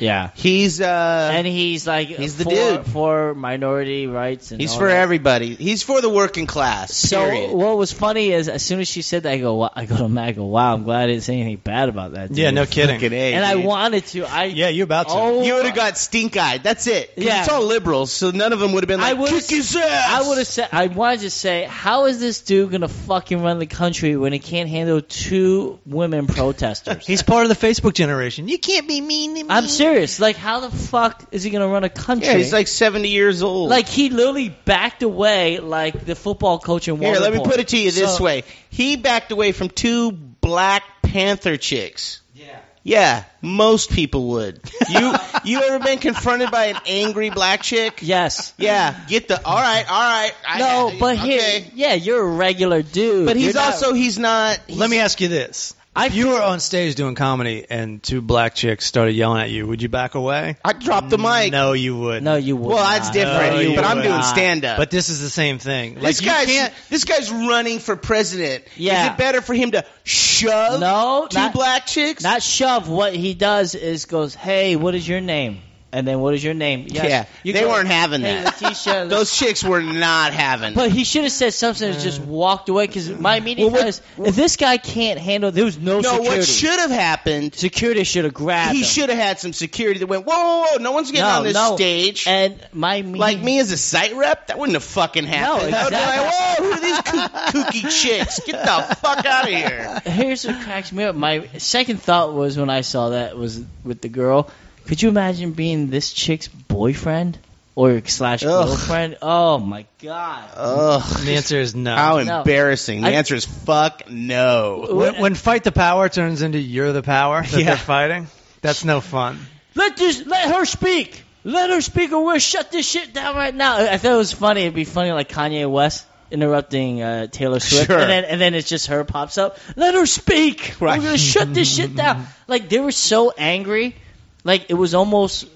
Yeah.
He's uh,
And he's like
He's the
for,
dude.
for minority rights and
he's
all
for
that.
everybody. He's for the working class.
So
period.
what was funny is as soon as she said that, I go, wow, I go to Matt, I go, wow, I'm glad I didn't say anything bad about that. Dude.
yeah, no kidding.
Fucking A,
And I
dude.
wanted to. I
Yeah, you're about to.
Oh,
You would have got stink eyed. That's it. 'Cause
Yeah.
It's all liberals, so none of them would have been
I
like,
would've-
kick his ass.
I would have said I wanted to say, how is this dude gonna fucking run the country when he can't handle two women protesters?
He's part of the Facebook generation. You can't be mean to me.
I'm serious. Like, how the fuck is he gonna run a country?
Yeah, he's like 70 years old.
Like, he literally backed away like the football coach in
Here, let me
Waterboy.
put it to you this
So-
way. He backed away from two Black Panther chicks. Yeah. Yeah, most people would. You you ever been confronted by an angry black chick?
Yes.
Yeah, get the all right, all right. I-
No, but here,
okay.
yeah, you're a regular dude.
But he's
You're not-
also he's not. He's,
Let me ask you this: If you were on stage doing comedy and two black chicks started yelling at you, would you back away?
I dropped the mic.
No, you would.
no, you would.
Well, that's
not.
different.
No, you
but I'm
would
doing
not.
stand up.
But this is the same thing. Like
this
you
guy's
can't.
this guy's running for president.
Yeah.
Is it better for him to shove
No,
two
not-
black chicks?
Not shove. What he does is goes, "Hey, what is your name?" And then, "What is your name?" Yes.
Yeah,
You
they
go,
weren't having
"Hey,
that.
Letitia, let's
Those chicks were not having.
But he should have said something and just walked away because my meeting
Well, what-
was if this guy can't handle. There was no,
no,
security.
what should have happened?
security should have grabbed.
He
him.
should have had some security that went. Whoa, whoa, whoa! No one's getting
No,
on this
no.
stage.
And my meeting,
like me as a site rep, that wouldn't have fucking happened.
No,
I would've been
exactly.
like, whoa, who are these kooky chicks? Get the fuck out of here!
Here's what cracks me up. My second thought was when I saw that was with the girl. Could you imagine being this chick's boyfriend or slash
Ugh.
girlfriend? Oh my god!
Ugh.
The answer is no.
How
No.
embarrassing. The
I-
answer is fuck no.
when, when fight the power turns into you're the power that
Yeah.
they're fighting, that's no fun.
Let this, let her speak. Let her speak, or we'll shut this shit down right now. I thought it was funny. It'd be funny, like Kanye West interrupting uh, Taylor Swift,
Sure.
and then and then it's just her pops up. Let her speak.
Right.
We're gonna shut this shit down. Like they were so angry, like it was almost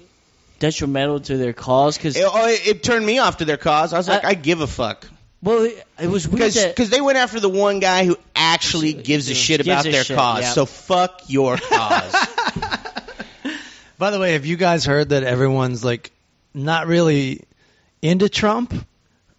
detrimental to their cause because
It, oh, it, it turned me off to their cause. I was like,
I-
I give a fuck.
well, it, it was weird that
Because they went after the one guy who actually gives a shit
Gives
about
a
their
shit,
cause.
yeah.
So fuck your cause.
By the way, have you guys heard that everyone's like not really into Trump,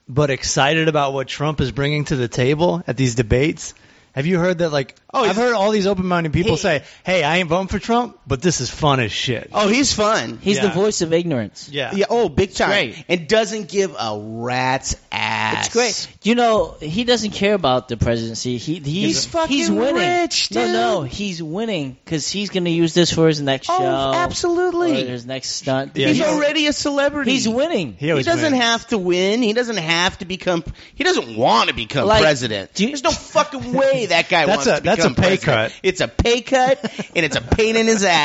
but excited about what Trump is bringing to the table at these debates. Have you heard that? Like,
Oh,
I've
he's-
heard all these open-minded people
He-
say, "Hey, I ain't voting for Trump, but this is fun as shit."
Oh, he's fun.
He's the
Yeah.
voice of ignorance.
yeah,
Yeah. Oh, big time.
great.
And doesn't give a rat's ass.
It's great. You know, he doesn't care about the presidency. He, he's,
He's fucking
winning.
rich, dude.
No, no, he's winning because he's going to use this for his next
Oh,
show. Or
absolutely.
his next stunt.
Yeah,
he's
he-
already a celebrity.
He's winning.
He always
doesn't
wins.
have to win. He doesn't have to become. He doesn't want to become
Like,
president.
do you-
There's no fucking way that guy
That's
wants
a-
to
that's a
become
pay cut.
president. It's a pay cut, and it's a pain in his ass.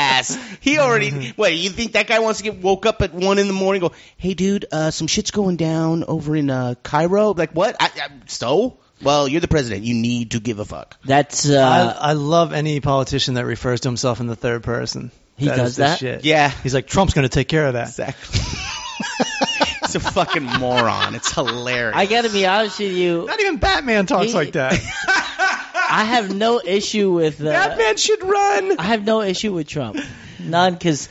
He already. Wait, you think that guy wants to get woke up at one in the morning? and Go, hey, dude, uh, some shit's going down over in uh, Cairo. Like what? I, I, so? Well, you're the president. You need to give a fuck.
That's uh,
I, I love any politician that refers to himself in the third person.
He
is
does
the
that?
Shit.
Yeah.
he's like Trump's going to take care of that.
Exactly. He's a fucking moron. It's hilarious.
I, got to be honest with you.
Not even Batman talks
He-
like that.
I have no issue with uh,
Batman should run.
I have no issue with Trump. None, because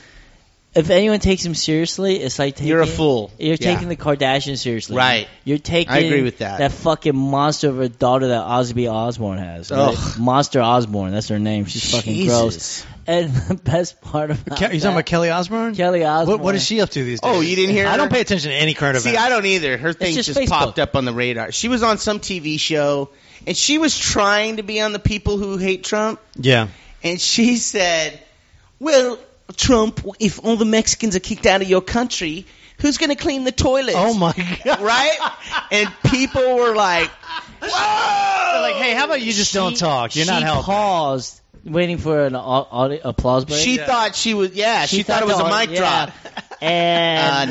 if anyone takes him seriously, it's like taking,
You're a fool.
You're
Yeah.
taking the Kardashians seriously,
Right.
You're taking.
I agree with that.
That fucking monster of a daughter that Osby Osborne has.
Ugh.
Right? Monster Osborne. That's her name. She's fucking
Jesus.
gross. And the best part of
Ke- you talking about Kelly Osbourne?
Kelly Osborne.
What, what is she up to these days?
Oh, you didn't hear
I don't
her?
pay attention to any current
See,
events.
I don't either. Her thing
just
just,
Facebook.
popped up on the radar. She was on some TV show, and she was trying to be on the people who hate Trump,
yeah,
and she said, "Well, Trump, if all the Mexicans are kicked out of your country, who's going to clean the toilets?"
Oh my god!
Right? and people were like, "Whoa!"
Like, hey, how about you just don't talk? You're not
she
helping.
paused, waiting for an au- audi- applause break.
She thought she was, yeah, she, thought, it was a
uh, the-
mic
yeah.
drop.
And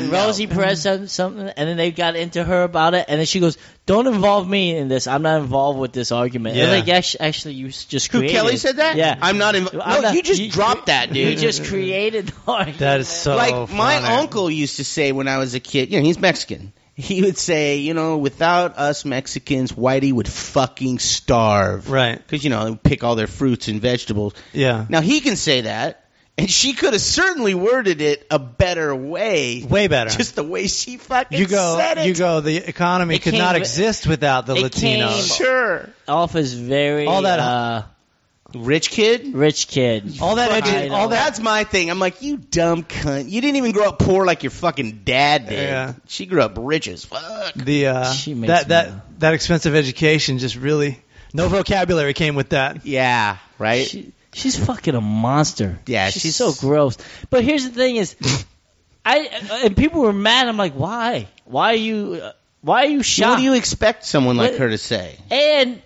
Uh, no.
Rosie Perez said something, and then they got into her about it, and then she goes, "Don't involve me in this. I'm not involved with this argument." And
Yeah.
like, actually, actually, you s- just
Who
created.
Kelly said that?
Yeah,
I'm not. Inv-
I'm
no,
not-
you just
you-
dropped that, dude.
you just created the argument.
That is so.
like my
funny.
uncle used to say when I was a kid, you know, he's Mexican. He would say, you know, without us Mexicans, Whitey would fucking starve.
Right.
Because, you know, they would pick all their fruits and vegetables.
Yeah.
Now, he can say that, and she could have certainly worded it a better way.
Way better.
Just the way she fucking
you go.
said it.
You go. The economy
It
could
came
not
with-
exist without the
it came-
Latinos.
Sure.
off is very
All that-
uh,
Rich kid?
rich kid.
All that. Edu-
Fucking-
all that.
That's my thing. I'm like, you dumb cunt. You didn't even grow up poor like your fucking dad did.
Yeah.
She grew up rich as fuck.
The uh,
She makes
that
me laugh.
that that expensive education just really no vocabulary came with that.
Yeah, right?
She, she's fucking a monster.
Yeah,
she's,
she's-
so gross. But here's the thing: is I uh, and people were mad. I'm like, why? Why are you? uh, Why are you
What
shocked?
do you expect someone like
What-
her to say?
and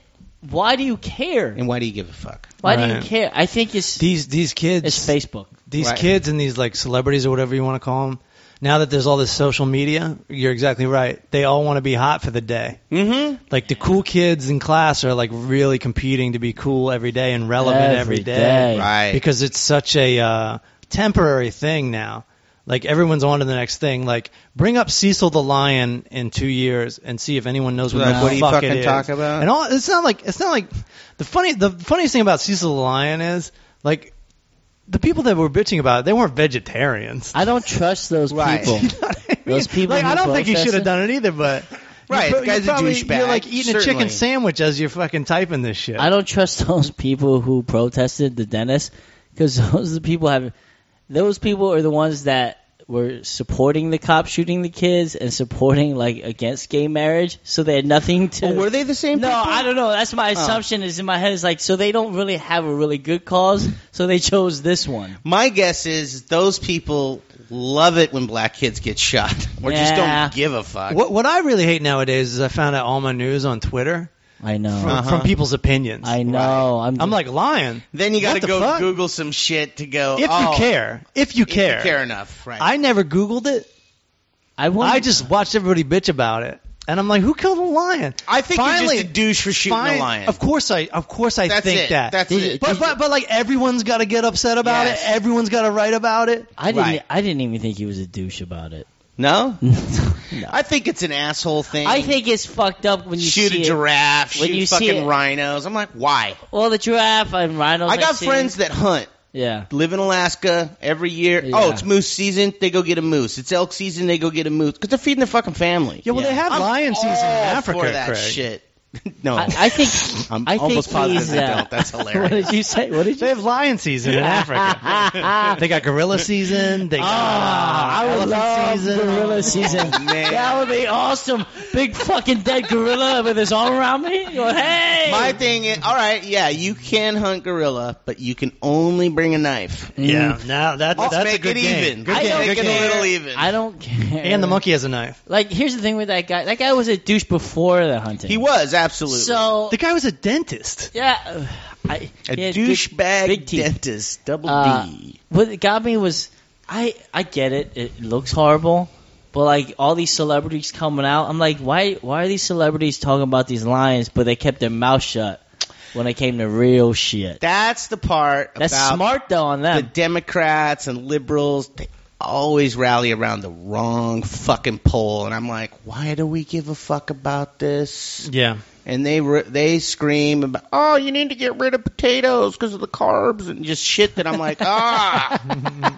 why do you care?
And why do you give a fuck?
Why do you
Right.
care? I think it's
These these kids.
it's Facebook.
these
Right.
kids and these like celebrities or whatever you want to call them. Now that there's all this social media, you're exactly right. They all want to be hot for the day.
Mm-hmm.
Like the cool kids in class are like really competing to be cool every day and relevant
Every
every
day.
day,
Right.
Because it's such a uh, temporary thing now. Like everyone's on to the next thing. Like bring up Cecil the Lion in two years and see if anyone knows what
Like,
the
what are you
fuck
fucking
it is.
talking about?
And all it's not like it's not like the funny the funniest thing about Cecil the Lion is like the people that were bitching about it they weren't vegetarians.
I don't trust those
Right.
people.
You know what I mean?
Those people
Like,
who
I don't think he
protested?
should have done it either, but.
Right,
you
the guy's
you
a
probably-
douchebag,
You're like eating a
certainly.
chicken sandwich as you're fucking typing this shit.
I don't trust those people who protested the dentist because those are the people have those people are the ones that were supporting the cop shooting the kids and supporting like against gay marriage, so they had nothing to.
were they the same
No,
people? Oh.
I don't know. That's my assumption. Is in my head is like so they don't really have a really good cause, so they chose this one.
My guess is those people love it when black kids get shot, or just
Yeah.
don't give a fuck.
What, what I really hate nowadays is I found out all my news on Twitter
I know.
from,
Uh-huh.
from people's opinions.
I know. I'm,
I'm like lying.
Then you
What
got to
the
go
fuck?
Google some shit to go.
If
oh,
you care, if you
if
care.
you care enough, right?
I never Googled it.
I, wonder-
I just watched everybody bitch about it, and I'm like, who killed a lion?
I think
Finally-
you're just a douche for shooting
Fine.
a lion.
Of course I, of course I
That's
think
it.
that.
That's
Did
it.
you-
but, but but like everyone's got to get upset about
Yes.
it. Everyone's got to write about it.
I didn't.
Right.
I didn't even think he was a douche about it.
no,
no.
I think it's an asshole thing.
I think it's fucked up when you
shoot
see
a
it.
giraffe,
when
shoot
you see
fucking
it-
rhinos. I'm like, why?
Well, the giraffe and rhinos.
I got
see.
friends that hunt,
Yeah.
live in Alaska every year.
Yeah.
Oh, it's moose season. They go get a moose. It's elk season. They go get a moose because they're feeding their fucking family.
Yeah, well,
Yeah.
they have
I'm
lion season in
all
Africa,
for that
Craig.
shit. no,
I, I think
I'm
I
almost
think
positive
he's,
they
uh,
don't. That's
what
hilarious.
did you say? What did
They
you? Ah.
have lion season in Africa. they got gorilla season. They got
I
elephant
would love
season.
gorilla season.
man.
That would be awesome. Big fucking dead gorilla with his arm around me. Going, hey.
My thing is, all right, yeah, you can hunt gorilla, but you can only bring a knife.
Mm.
Yeah, now that,
Let's
that's
make
a good
it
game.
even.
Good
I
game.
don't
Good
make it
game.
a little even.
I don't care.
And the monkey has a knife.
Like, here's the thing with that guy. That guy was a douche before the hunting.
He was absolutely
So
The guy was a dentist.
yeah, I,
a
he had big-
douchebag
big teeth.
dentist. Double
Uh,
D.
What got me was I I get it. It looks horrible, but like all these celebrities coming out, I'm like, why why are these celebrities talking about these lions, but they kept their mouth shut when it came to real shit?
That's the part
That's
about
smart though on
the
them.
Democrats and liberals, they always rally around the wrong fucking pole, and I'm like, why do we give a fuck about this?
Yeah.
And they re- they scream about, oh, you need to get rid of potatoes because of the carbs and just shit that I'm like, ah,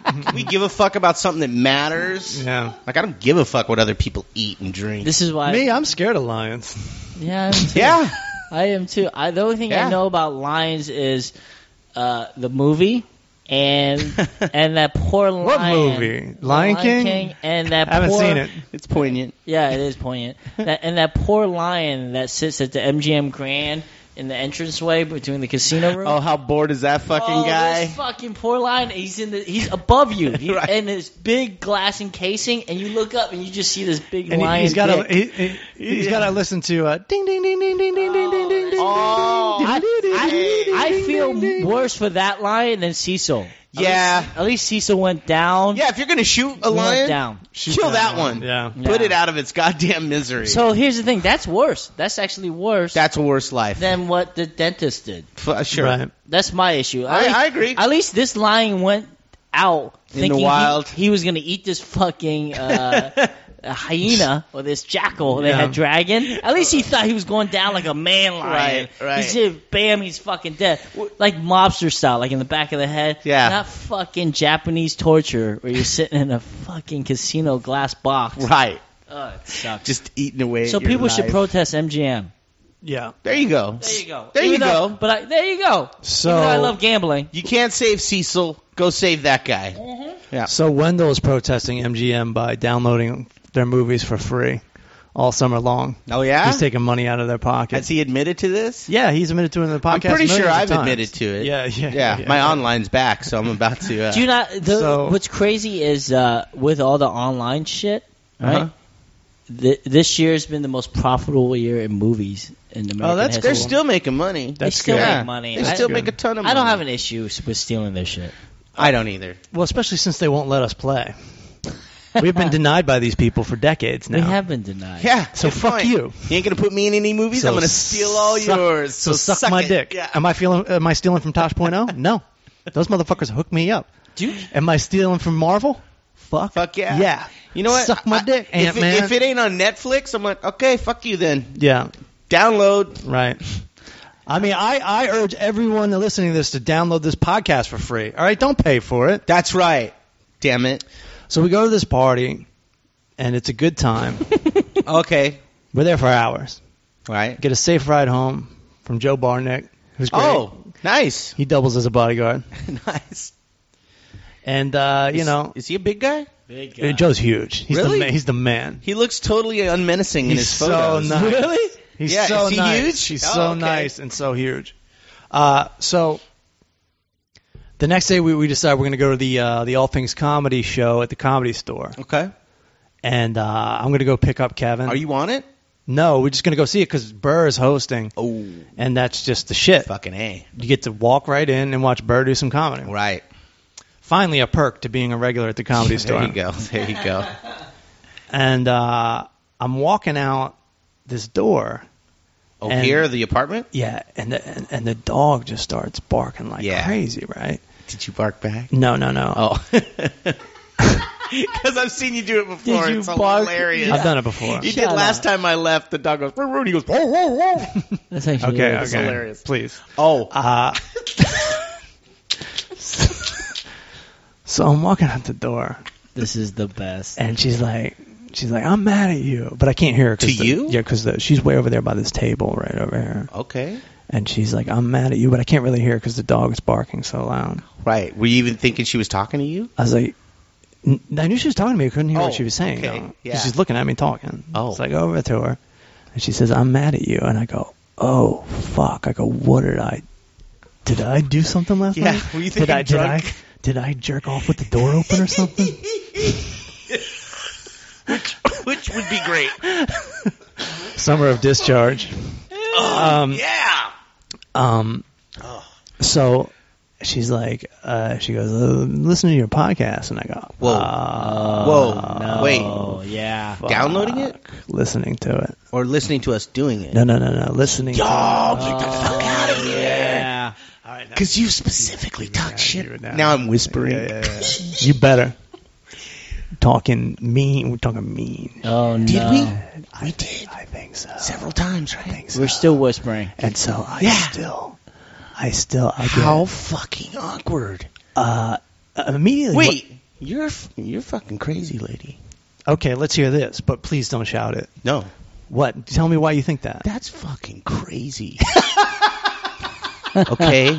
Can we give a fuck about something that matters.
Yeah.
Like I don't give a fuck what other people eat and drink.
this is why.
Me, I'm scared of lions.
Yeah, I am too.
yeah,
I am too. I, the only thing
Yeah.
I know about lions is uh, the movie. And and that poor lion.
What movie? Lion King?
And that
I haven't
poor,
seen it.
it's poignant.
Yeah, it is poignant. that, and that poor lion that sits at the MGM Grand in the entranceway between the casino room.
Oh, how bored is that fucking
Oh,
guy?
This fucking poor lion. He's in the. He's above you. He,
Right.
And this big glass encasing, and you look up and you just see this big
And
lion.
he, has got
dick.
to he, he, he's got to listen to uh, ding ding ding ding ding ding ding ding ding ding.
Oh,
ding, ding, ding, ding,
I-
ding,
I
ding, ding, ding.
feel worse for that lion than Cecil.
Yeah.
At least, at least Cecil went down.
Yeah, if you're gonna shoot a
He went
lion,
down.
kill that one.
Yeah.
Put
Yeah.
it out of its goddamn misery.
So here's the thing. That's worse. That's actually worse
that's a worse life.
than what the dentist did.
F- uh, sure.
Right.
That's my issue. At
I-
least-
I agree.
At least this lion went out
In the
thinking he-
wild.
He, was going to eat this fucking uh, a hyena or this jackal. They
Yeah.
had dragon. At least he thought he was going down like a man lion.
Right, right.
He said, "Bam, he's fucking dead," like mobster style, like in the back of the head.
Yeah.
Not fucking Japanese torture where you're sitting in a fucking casino glass box.
Right.
Oh, it sucks.
Just eating away. at
so
your
people should
life.
protest MGM.
Yeah.
There you go.
There you go.
There
Even
you
though-
go.
But I, there you go. Even though I
So
love gambling.
You can't save Cecil. Go save that guy.
so Wendell is protesting MGM by downloading their movies for free all summer long.
Oh yeah.
He's taking money out of their
Has
pockets.
he admitted to this?
Yeah, he's admitted to it in the podcast.
I'm pretty sure
millions of
I've
times.
admitted to it.
Yeah, yeah,
Yeah. My online's back, so I'm about to. Uh,
Do you not? The,
So-
what's crazy is uh, with all the online shit, right?
Uh-huh.
Th- this year has been the most profitable year in movies in American
Oh, that's-
history.
they're still making money.
they
That's
still
good.
Yeah.
make money.
They
I,
still
good.
make a ton of money.
I don't have an issue with stealing their shit.
I don't either.
Well, especially since they won't let us play. We've been denied by these people for decades now.
We have been denied.
Yeah.
So
good
fuck
point.
you.
You ain't gonna put me in any movies.
So
I'm gonna steal all
suck-
yours.
So,
So,
suck, my
it.
dick.
Yeah.
Am I feeling? Am I stealing from Tosh.0? no, those motherfuckers hook me up.
Dude.
Am I stealing from Marvel? Fuck.
Fuck yeah.
Yeah.
You know what?
Suck my
I-
dick,
if,
Ant-Man.
it, if it ain't on Netflix, I'm like, okay, fuck you then.
Yeah.
Download.
Right. I mean, I, I urge everyone listening to this to download this podcast for free. All right, don't pay for it.
That's right. Damn it.
So we go to this party, and it's a good time.
Oh,
Okay.
We're there for hours.
Right.
Get a safe ride home from Joe Barnick, who's great.
Oh, nice.
He doubles as a bodyguard.
nice.
And, uh, you
Is-
know,
is he a big guy?
Big
uh, Joe's huge. He's,
Really?
the man, he's the man.
He looks totally unmenacing in
He's
his
so
photos.
nice. Really? He's
Yeah,
so
is he
nice.
huge?
He's
Oh,
so
okay.
nice and so huge. Uh, so the next day we, we decide we're going to go to the uh, the All Things Comedy show at the Comedy Store,
Okay.
and uh, I'm going to go pick up Kevin.
Are you on it?
No, we're just going to go see it because Burr is hosting,
Oh,
and that's just the shit.
fucking a.
You get to walk right in and watch Burr do some comedy.
Right.
Finally, a perk to being a regular at the Comedy Store.
There you go. There you go.
And uh, I'm walking out this door,
Oh,
And-
here the apartment.
Yeah, and the and, and the dog just starts barking like
Yeah.
crazy, right?
Did you bark back?
No, no, no.
Oh. Because I've seen you do it before.
Did you
it's
bark?
hilarious.
I've done it before.
You did
Shut
last
up.
time I left. The dog goes. "Roo, roo," and He goes. Whoa, whoa, whoa. Uh,
That's actually
Oh.
Okay, okay.
That's
hilarious.
Please.
Oh,
Uh, So I'm walking out the door,
This is the best.
and she's like, she's like, I'm mad at you, but I can't hear her. 'cause
To
the-
you? Oh.
Yeah, because she's way over there by this table, right over here,
Okay.
and she's like, I'm mad at you, but I can't really hear because the dog is barking so loud.
Right. Were you even thinking she was talking to you?
I was like, n- I knew she was talking to me. I couldn't hear
Oh,
what she was saying.
okay,
though. 'Cause
yeah.
She's looking at me talking.
Oh.
So I go over to her, and she says, I'm mad at you. And I go, oh, fuck. I go, what did I, did I do something last
Yeah,
night?
were you
did I,
thinking drunk?
Did I, did I jerk off with the door open or something?
Which would be great.
Summer of discharge. um,
Oh, yeah. Oh.
Um, so she's like, uh, she goes, uh, listen to your podcast. And I go,
Whoa.
"Uh,
Whoa. Wait.
Oh yeah.
Downloading it
Listening to it.
or listening to us doing it?
No, no, no, no. Listening to
Oh, get the fuck out of here!
Yeah.
Because you specifically talked
you were
shit.
down.
Now I'm whispering.
Yeah, yeah, yeah. You better. Talking mean. We're talking mean.
Oh no.
Did we?
I did. I think so.
Several times,
I
right?
think so.
We're still whispering.
And so I
Yeah.
still, I still, I
How
get,
fucking awkward.
uh, immediately.
Wait, you're f- you're fucking crazy, lady.
Okay, let's hear this, but please don't shout it.
No,
What? Tell me why you think that.
that's fucking crazy. okay,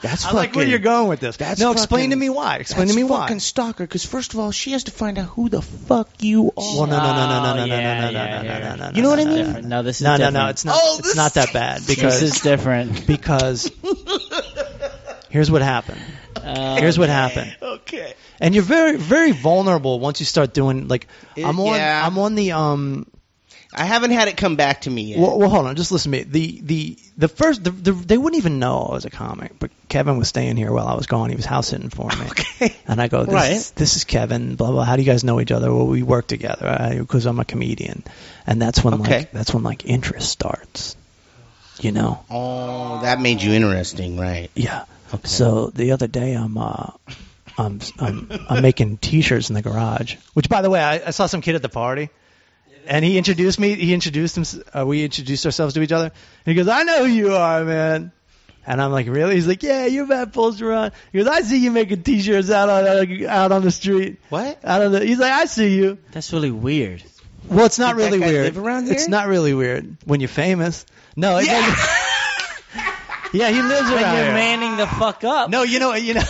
that's
I
fucking.
like where you're going with this.
That's
no, explain
fucking-
to me why. Explain
that's
to me why.
fucking stalker. Because first of all, she has to find out who the fuck you are.
Well, no, no, no, no, no, no,
Oh,
no,
yeah,
no, no,
yeah,
no,
yeah.
no, no, no.
You know what I mean?
No,
Different. No, this is
no, no,
different.
no. It's not.
Oh,
it's
this
not
is-
that bad
This
because
is different.
because here's what happened.
Uh,
Here's what happened.
Okay.
And you're very very vulnerable once you start doing like
It-
I'm on
yeah.
I'm on the um
I haven't had it come back to me yet.
well, well hold on just listen to me the the the first the, the, they wouldn't even know I was a comic but Kevin was staying here while I was gone he was house sitting for me
Okay.
and I go this
Right.
this is Kevin blah blah how do you guys know each other well we work together because I'm a comedian and that's when
Okay.
like that's when like interest starts you know
Oh, that made you interesting, right?
Yeah. So the other day I'm uh I'm I'm, I'm making t-shirts in the garage. Which by the way, I, I saw some kid at the party. And he introduced me. He introduced him. Uh, we introduced ourselves to each other. And he goes, "I know who you are, man." And I'm like, "Really?" He's like, "Yeah, you're Matt Polsteron." He goes, "I see you making t-shirts out on uh, out on the street,
What?
out on the." He's like, "I see you."
That's really weird.
Well, it's not
Did that
really
guy
weird.
live around here?
It's not really weird when you're famous. No, it
Yeah.
doesn't- yeah, he lives around
But
here.
you're manning the fuck up.
No, you know, you know,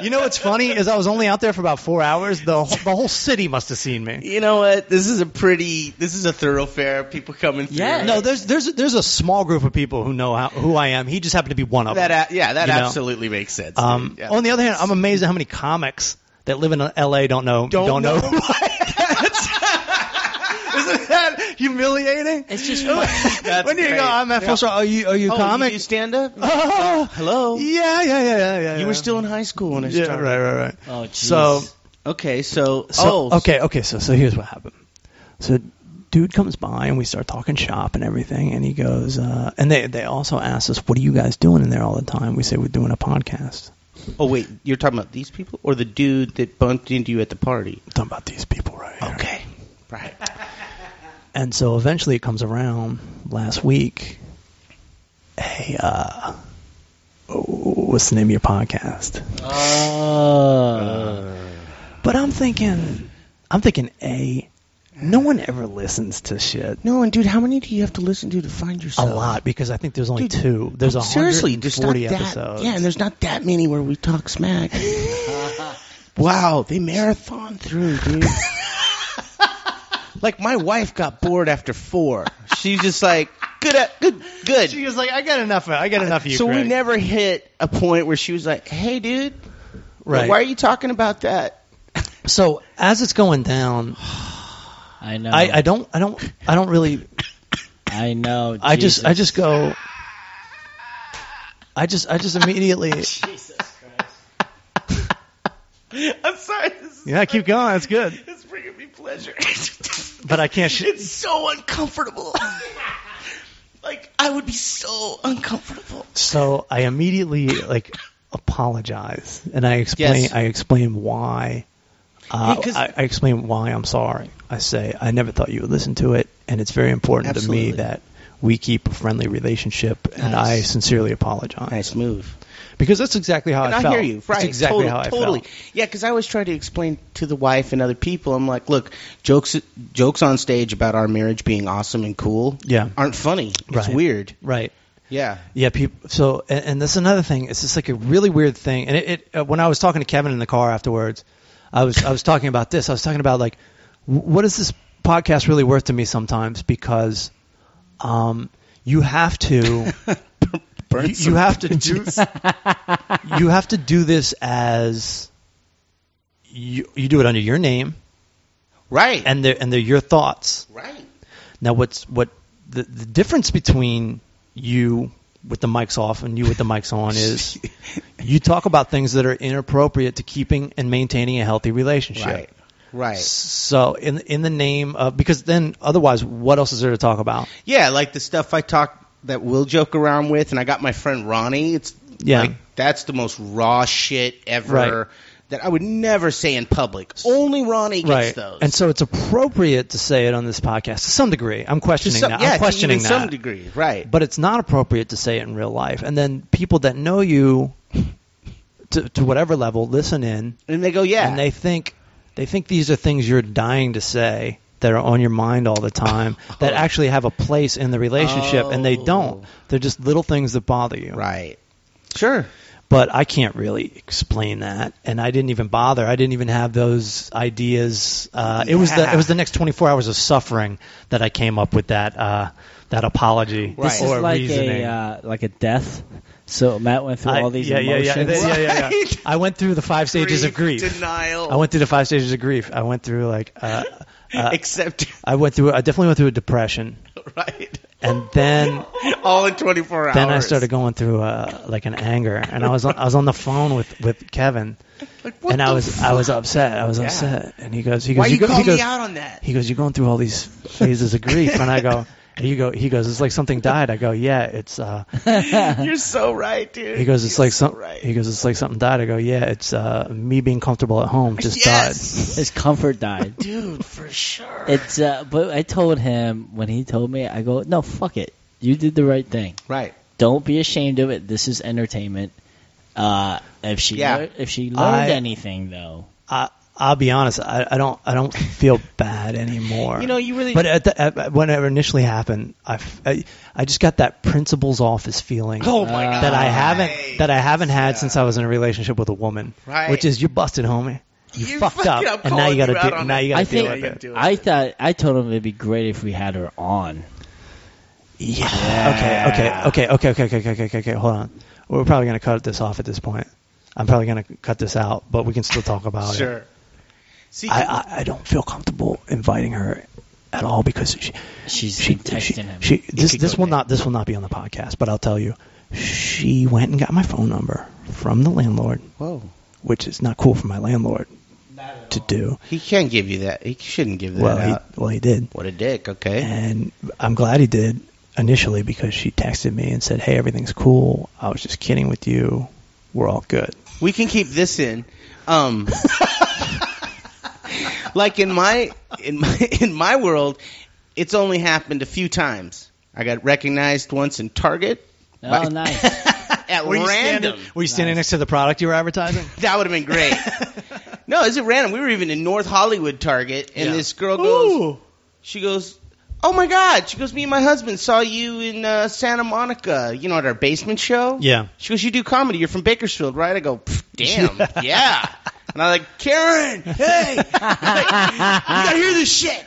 you know what's funny is I was only out there for about four hours. The whole, the whole city must have seen me.
You know what? This is a pretty. This is a thoroughfare. People coming through.
Yeah.
No, there's there's there's a small group of people who know how, who I am. He just happened to be one of
That.
them.
a- yeah. That
You know.
absolutely makes sense. dude.
Um,
Yeah.
On the other hand, I'm amazed at how many comics that live in L.A. don't know don't, know.
know.
Isn't that humiliating?
It's just
That's
when do you
great.
go? I'm at
Yeah.
full show. Are you are you a
Oh,
comic?
You stand up?
oh,
Hello.
yeah, yeah, yeah, yeah, yeah.
You were still in high school when I
yeah,
started.
right, right, right.
Oh, jeez.
So-
Okay, so,
So,
oh,
okay, okay. So, so here's what happened. So, dude comes by and we start talking shop and everything, and he goes, uh, and they they also asked us, "What are you guys doing in there all the time?" We say, "We're doing a podcast."
Oh wait, you're talking about these people or the dude that bumped into you at the party?
I'm talking about these people right here.
Okay, right.
And so eventually it comes around last week. Hey, uh, what's the name of your podcast?
Oh.
But I'm thinking, I'm thinking, a, no one ever listens to shit.
No, and dude, how many do you have to listen to to find
A
yourself?
lot because I think there's only
Dude,
two. There's a
Seriously, there's not that.
episodes.
Yeah, and there's not that many where we talk smack. wow, they marathon through, dude. like my wife got bored after four. She's just like, good, at, good, good.
She was like, I got enough. I got enough of you.
so
Craig.
we never hit a point where she was like, hey, dude,
Right.
why are you talking about that?
so as it's going down,
I know.
I, I don't, I don't, I don't really.
I know.
I just, I
Jesus.
just go. I just, I just immediately.
I'm sorry. This is,
yeah, keep going. That's good.
it's bringing me pleasure.
But I can't. Sh-
it's so uncomfortable. like I would be so uncomfortable.
so I immediately like apologize, and I explain,
Yes.
I explain why. Uh,
Because-
I, I explain why I'm sorry. I say I never thought you would listen to it, and it's very important to
Absolutely.
me that we keep a friendly relationship, and
Nice.
I sincerely apologize
Nice move.
because that's exactly how
And
I,
I
felt.
hear you.
That's
Right.
exactly
Total-
how I
totally.
felt.
Yeah, because I always try to explain to the wife and other people. I'm like, look, jokes jokes on stage about our marriage being awesome and cool
Yeah.
aren't funny. It's
Right.
weird.
Right.
Yeah.
Yeah, people. So, and, and that's another thing. It's just like a really weird thing. And it, it uh, when I was talking to Kevin in the car afterwards, I was I was talking about this. I was talking about like, w- what is this podcast really worth to me sometimes? Because, um, you have to
Burn
you,
some
you have to do
bridges.
you have to do this as you you do it under your name
right.
and they're and they're your thoughts.
right.
Now, what's what the, the difference between you with the mics off and you with the mics on is you talk about things that are inappropriate to keeping and maintaining a healthy relationship.
Right. Right.
So in in the name of because then otherwise what else is there to talk about?
Yeah, like the stuff I talk that we'll joke around with, and I got my friend Ronnie. It's
Yeah.
like, that's the most raw shit ever.
Right.
That I would never say in public. Only Ronnie gets
right.
those.
And so it's appropriate to say it on this podcast to some degree. I'm
To
questioning
some-
that.
yeah,
I'm questioning
to
that.
even some degree, right?
but it's not appropriate to say it in real life. And then people that know you to, to whatever level listen in
and they go, yeah,
and they think they think these are things you're dying to say that are on your mind all the time that actually have a place in the relationship and they don't.
Oh.
They're just little things that bother you.
right, sure,
But I can't really explain that and I didn't even bother. I didn't even have those ideas. Uh, it was the
Yeah.
it was the next 24 hours of suffering that I came up with that uh, that apology
This
Right.
is
or
like
reasoning.
a uh, like a death. So Matt went through
I-
all these
yeah, yeah,
emotions.
yeah, yeah, yeah, yeah.
Right?
I went through the five stages of grief.
denial,
I went through the five stages of grief. I went through like uh, uh,
accept,
I went through. I definitely went through a depression,
right,
and then
all in twenty four hours.
then I started going through uh, like an anger, and I was on, I was on the phone with with Kevin,
Like, what
and
the
I was
F-
I was upset. I was
Yeah.
upset, and he goes, he goes,
why
you
you
go, he
call
goes,
me out on that?
he goes, you're going through all these phases of grief, and I go. And you go, he goes, it's like something died. I go, yeah, it's, uh,
You're so right, dude.
he goes, it's like
so
some,
right.
he goes, it's like something died. I go, yeah, it's, uh, me being comfortable at home just died.
yes,
His comfort died.
dude, for sure.
It's uh, but I told him when he told me, I go, no, fuck it. You did the right thing.
right.
Don't be ashamed of it. This is entertainment. Uh, if she
Yeah.
lear- if she learned
I-
anything though,
I, I'll be honest. I, I don't. I don't feel bad anymore.
You know, you really-
But at the, at, when it initially happened, I, f- I- I just got that principal's office feeling
Oh my
Uh,
god.
that I haven't
Right.
that I haven't had since I was in a relationship with a woman.
Right.
Which is you busted, homie. You,
You
fucked
fucking-
up,
I'm
and now you
calling
gotta
you out
do,
on
now
it.
you gotta
I
deal
think
with it.
do it.
I thought I told him it'd be great if we had her on.
Yeah. Okay. Okay. Okay. Okay. Okay. Okay. Okay. Okay. Okay. Hold on. We're probably gonna cut this off at this point. I'm probably gonna cut this out, but we can still talk about it.
Sure. See,
Oh, I, I, I don't feel comfortable inviting her at all because she,
She's
she,
been texting
she,
him.
she-
You
this
could
this
go
will
there.
not this will not be on the podcast, but I'll tell you, she went and got my phone number from the landlord,
whoa.
which is not cool for my landlord to do.
He can't give you that. He shouldn't give that
Well,
out.
he well he did,
what a dick. Okay.
and I'm glad he did initially because she texted me and said, "Hey, everything's cool. I was just kidding with you. We're all good."
We can keep this in. Um, like in my in my in my world, it's only happened a few times. I got recognized once in Target
Oh,
Right.
nice.
at random.
were you standing next to the product you were advertising?
That would have been great. no, it's at random. We were even in North Hollywood Target, and
Yeah.
this girl goes. She goes, "Oh my God!" She goes, "Me and my husband saw you in uh, Santa Monica. You know, at our basement show."
Yeah.
She goes, "You do comedy. You're from Bakersfield, right?" I go, "Pff, "Damn, yeah." And I'm like, "Karen, hey, Like, you gotta hear this shit."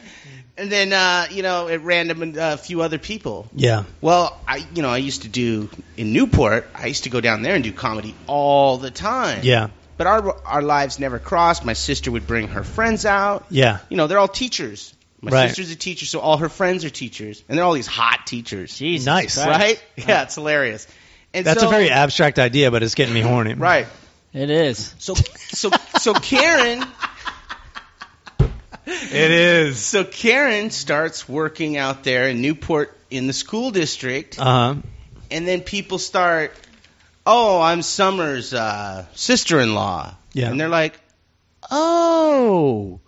And then, uh, you know, at random and uh, a few other people.
Yeah.
Well, I, you know, I used to do in Newport. I used to go down there and do comedy all the time.
Yeah.
But our our lives never crossed. My sister would bring her friends out
Yeah.
you know, they're all teachers. My
Right.
sister's a teacher, so all her friends are teachers, and they're all these hot teachers,
Jesus
Nice.
Christ.
right? Yeah, it's hilarious. And
That's
so,
a very abstract idea, but it's getting me horny.
right.
It is.
So so so Karen,
It is.
so Karen starts working out there in Newport in the school district,
Uh huh.
and then people start, oh, I'm Summer's uh, sister-in-law,
Yeah.
and they're like, oh.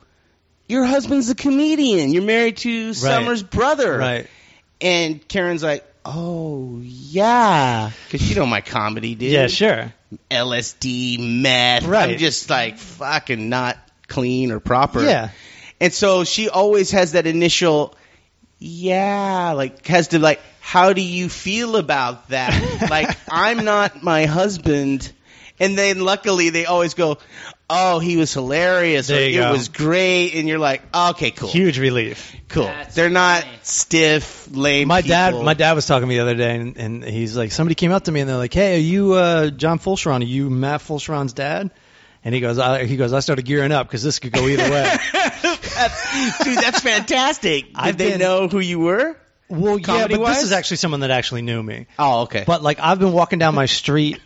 Your husband's a comedian. You're married to Summer's brother.
Right.
And Karen's like, oh yeah, because you know my comedy, dude.
Yeah, sure.
LSD, meth. I'm
Right.
just like fucking not clean or proper.
Yeah.
And so she always has that initial, yeah, like has to like, how do you feel about that? like I'm not my husband. And then luckily they always go, oh, he was hilarious. or,
There you
it
go.
was great. And you're like, okay, cool,
Huge relief.
cool.
That's
They're not
funny.
stiff, lame.
My dad,
people.
my dad was talking to me the other day, and, and he's like, somebody came up to me and they're like, "Hey, are you uh, John Fulcheron? Are you Matt Fulcheron's dad?" And he goes, I, "He goes, I started gearing up because this could go either way."
That's- dude, that's fantastic. Did
I've
they
been-
know who you were?
well, yeah, but
Comedy-wise?
this is actually someone that actually knew me.
Oh, okay.
But like, I've been walking down my street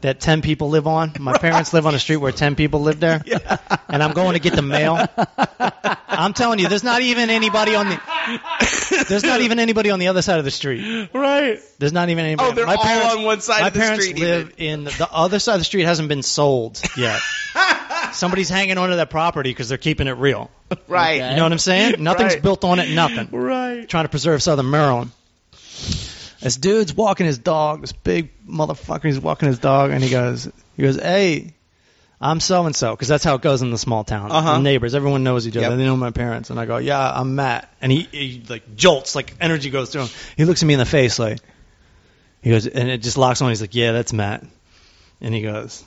that ten people live on. My parents live on a street where ten people live there, and I'm going to get the mail. I'm telling you, there's not even anybody on the there's not even anybody on the other side of the street.
right.
There's not even anybody.
Oh, they're
my
all
parents,
on one side
my
of the
parents
street.
live in the other side of the street hasn't been sold yet. Somebody's hanging onto that property because they're keeping it real.
even. Right.
You know what I'm saying? Nothing's
Right.
built on it. Nothing.
Right.
Trying to preserve Southern Maryland. This dude's walking his dog. This big motherfucker. He's walking his dog, and he goes, he goes, hey. I'm so and so, 'cause that's how it goes in the small town.
Uh-huh.
The neighbors, everyone knows each other.
Yep.
They know my parents, and I go, "Yeah, I'm Matt." And he, he like jolts, like energy goes through him. He looks at me in the face, like he goes, and it just locks on. He's like, "Yeah, that's Matt." And he goes,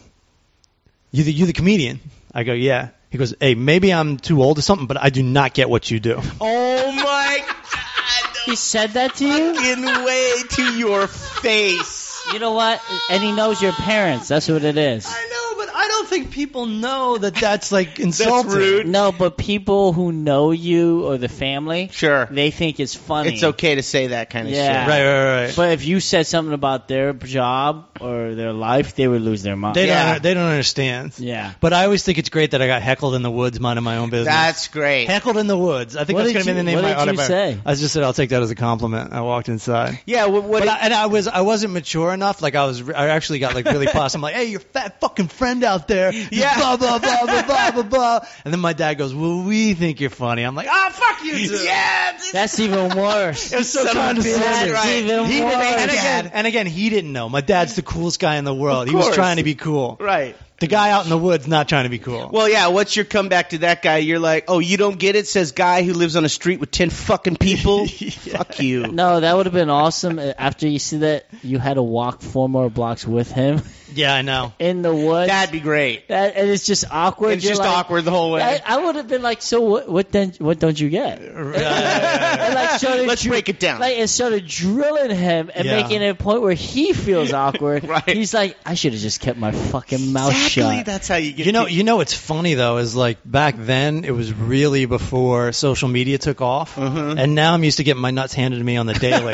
"You the you the comedian?" I go, "Yeah." He goes, "Hey, maybe I'm too old or something, but I do not get what you do."
Oh my
He said that to you?
fucking way to your face.
You know what? And he knows your parents. That's what it is.
I know, but I don't think people know that that's like insulting.
rude.
No, but people who know you or the family,
Sure.
they think it's funny.
It's okay to say that kind of
Yeah.
shit.
Right, right, right.
But if you said something about their job or their life, they would lose their mind.
they
Yeah.
don't. They don't understand.
yeah.
But I always think it's great that I got heckled in the woods, minding my own business.
That's great.
heckled in the woods. I think
What
that's
did
going to be
you-
the name of
what
my
did you
autobiography.
say?
I just said I'll take that as a compliment. I walked inside.
Yeah. What? what
But I, and I was I wasn't mature enough. Like I was I actually got like really pissed. I'm like, hey, your fat fucking friend out there.
Yeah.
Yeah. Blah blah blah blah blah blah blah. And then my dad goes, well, we think you're funny. I'm like, ah, fuck you. Too.
yeah. this-
That's even worse.
It was so
Son of a
condescending.
bitch,
That's
right.
even
He didn't
worse.
make
And
it.
again, and again, he didn't know. My dad's the coolest guy in the world. He was
course.
trying to be cool.
Right.
The guy out in the woods not trying to be cool.
Well, yeah. What's your comeback to that guy? You're like, oh, you don't get it. Says guy who lives on a street with ten fucking people. Fuck you.
No, that would have been awesome. uh, After you see that, you had to walk four more blocks with him
yeah, I know.
in the woods.
That'd be great.
That- and it's just awkward.
It's
You're
just
like-
awkward the whole way.
I, I would have been like, so what? What then? What don't you get? And like, started
Let's break it down.
Like, and started drilling him and
Yeah.
making it a point where he feels awkward.
Right.
He's like, I should have just kept my fucking mouth
exactly.
shut.
That's how you get.
You know,
people.
you know what's funny though is like back then it was really before social media took off,
Mm-hmm.
and now I'm used to getting my nuts handed to me on the daily.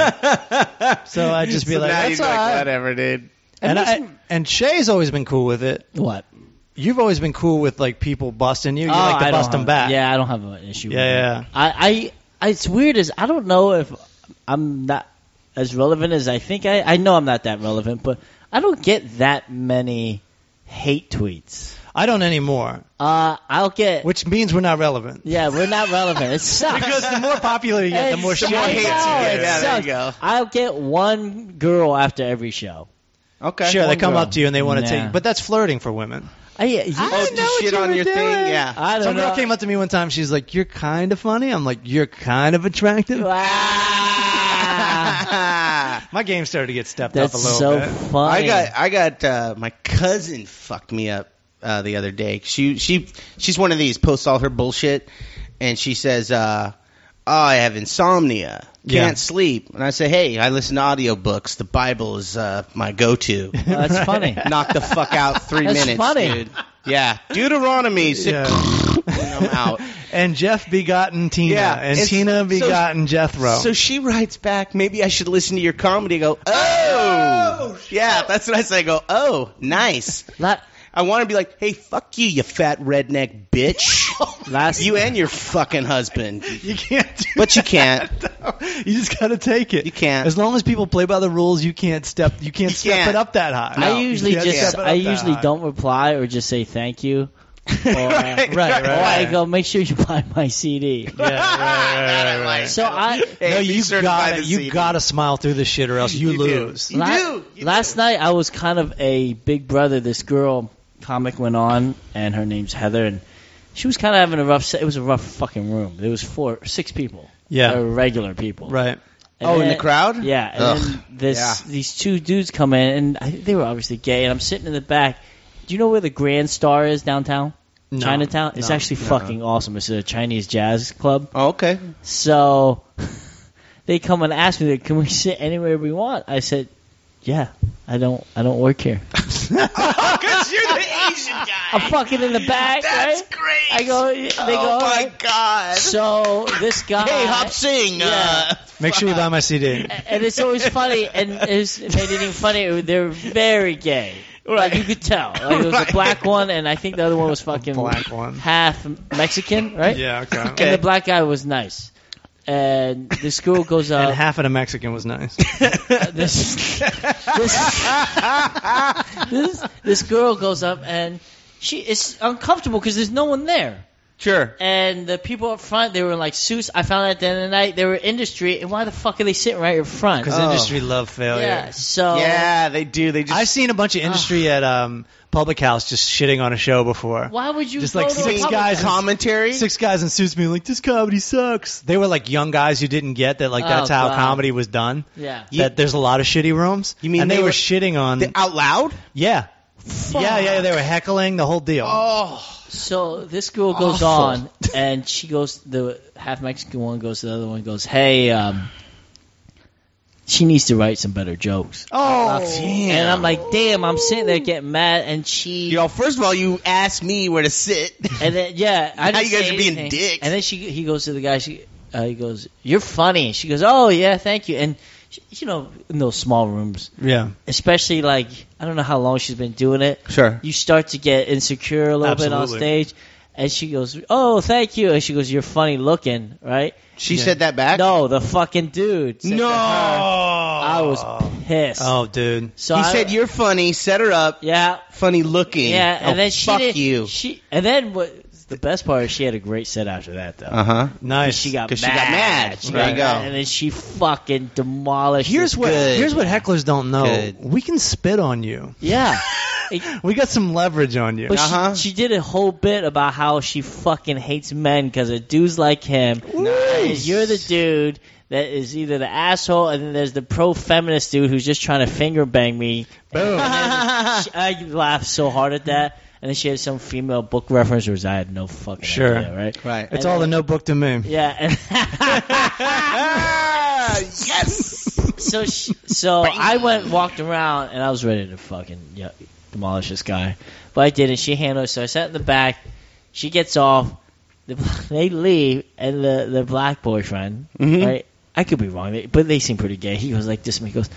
so I just be
So
like,
now
that's
you're
all
like,
right.
whatever, dude.
And
It
I,
wasn't-
and Shay's always been cool with it.
What?
You've always been cool with like people busting you. You
Oh,
like
I
to
don't
bust them
have-
back.
Yeah, I don't have an issue. with
Yeah,
it.
yeah.
I, I, it's weird is I don't know if I'm not as relevant as I think I. I know I'm not that relevant, but I don't get that many hate tweets.
I don't anymore,
Uh, I'll get.
which means we're not relevant.
yeah, we're not relevant. It sucks.
Because the more popular you get, the
It
more shit
sucks.
you
more
I
hates you
get.
know,
get.
it
Yeah, there you
sucks.
go.
I'll get one girl after every show.
Okay.
Sure, they
One
come
girl.
up to you and they want to
Nah.
take, but that's flirting for women.
I,
Oh,
you-
I
to
know what
shit
you
on
were
your thing.
doing.
Yeah.
I don't
Some
know.
girl came up to me one time. She's like, "You're kind of funny." I'm like, "You're kind of attractive."
Wow.
My game started to get stepped up a
That's
little
so
bit.
funny.
I got I got uh, my cousin fucked me up uh, the other day. She she she's one of these posts all her bullshit, and she says, uh, oh, "I have insomnia, can't
Yeah.
sleep." And I say, "Hey, I listen to audiobooks. The Bible is uh, my go-to."
Well, that's funny.
Knock the fuck out three
That's
minutes,
funny.
dude. Yeah, Deuteronomy. Six,
Yeah.
I'm out.
and Jeff begotten Tina,
Yeah,
and
it's-
Tina begotten Jethro.
So she writes back, maybe I should listen to your comedy. I go, oh, yeah, that's what I say. I go, oh, nice.
La-
I want to be like, hey, fuck you, you fat redneck bitch.
Last-
you and your fucking husband.
you can't, do
But you can't.
that. you just gotta take it.
You can't.
As long as people play by the rules, you can't step. You can't
You
step
can't.
it up that high.
I usually
You can't
just
step it up
I
that
usually
high.
don't reply or just say thank you. or, uh,
Right,
right,
or I
right.
go, make sure you buy my CD.
Yeah, right, right, right, right.
So I
Hey,
no,
be
you
certified
gotta
to
you
see it.
gotta smile through this shit, or else you,
You do.
lose.
You
La-
do, you
last night I was kind of a big brother. This girl comic went on, and her name's Heather, and she was kind of having a rough. set. It was a rough fucking room. There was four, six people.
Yeah.
They were regular people.
Right.
And
Oh, in the
then-
crowd?
Yeah. And
Ugh.
then this
Yeah.
these two dudes come in, and I, think they were obviously gay. And I'm sitting in the back. Do you know where the Grand Star is downtown?
No.
Chinatown. It's
No.
actually
No.
fucking awesome. It's a Chinese jazz club.
Oh, okay.
So they come and ask me, "Can we sit anywhere we want?" I said, "Yeah, I don't, I don't work here.
Because Oh, you're the Asian guy.
I'm fucking in the back,
That's
right?"
great.
I go, they go.
oh
"All
my
right."
god.
So this guy,
hey, Hop Singh.
Yeah.
Uh,
Make sure you buy my CD.
and it's always funny, and it's, it made it even funnier. They're very gay. Like you could tell. Like, there was
Right.
a black one, and I think the other one was fucking
black one.
half Mexican, right?
Yeah, okay.
Okay.
And the black guy was nice. And this girl goes
And
up.
half of the Mexican was nice.
this, this, this this girl goes up and she is uncomfortable because there's no one there.
sure.
And the people up front, they were in like suits. I found out at the end of the night they were industry, and why the fuck are they sitting right in front?
Because
Oh.
industry love failure.
yeah, so
yeah, they do. They just Ah.
I've seen a bunch of industry at um, public house just shitting on a show before.
why would you
Just
go
like
to a
six
public-
guys in-
commentary.
Six guys in suits being like, "This comedy sucks." They were like young guys who didn't get that. Like
Oh,
that's how
God.
comedy was done.
Yeah,
You-
that there's a lot of shitty rooms.
You mean
and they,
they
were,
were-
shitting on?
The- out loud.
yeah, yeah, yeah. They were heckling the whole deal.
Oh,
So this girl goes
Awful.
on, and she goes. The half Mexican one goes. to The other one goes. Hey, um, she needs to write some better jokes.
oh,
And I'm like, damn, I'm sitting there getting mad, and she,
Yo, first of all, you asked me where to sit.
and then yeah, I
Now
didn't
you guys
say
are being
anything.
dicks.
And then she, he goes to the guy, she, uh, he goes, "You're funny." She goes, "Oh yeah, thank you." And she, you know, in those small rooms,
Yeah,
especially like I don't know how long she's been doing it.
Sure.
You start to get insecure a little bit on
Absolutely.
stage, and she goes, "Oh, thank you," and she goes, "You're funny looking, right?"
She
Yeah.
said that back.
No, the fucking dude. said to
No.
her. I was pissed.
Oh, dude.
so
he
I-
said you're funny. Set her up.
"Yeah,
Funny looking.
Yeah, and
Oh,
then she
fuck
did-
you.
She and then what? The best part is she had a great set after that though.
Uh huh.
Nice.
She got mad.
'Cause she got mad.
She
There
got
you go.
mad, and then she fucking demolished.
Here's
this
what
good-
here's what hecklers don't know.
Good.
We can spit on you.
Yeah, It-
We got some leverage on you.
but
Uh-huh.
she, she did a whole bit about how she fucking hates men because of dudes like him. And you're the dude that is either the asshole, and then there's the pro feminist dude who's just trying to finger bang me.
Boom.
She- I laughed so hard at that. And then she had some female book reference, which I had no fucking
Sure.
idea, right?
Right.
It's all the notebook to me.
Yeah. and-
Ah, yes.
so she, so I went walked around and I was ready to fucking yeah, demolish this guy, but I didn't. She handled. it, So I sat in the back. She gets off. The, they leave, and the the black boyfriend.
Mhm.
Right. I could be wrong, but they seem pretty gay. He goes like this, and he goes.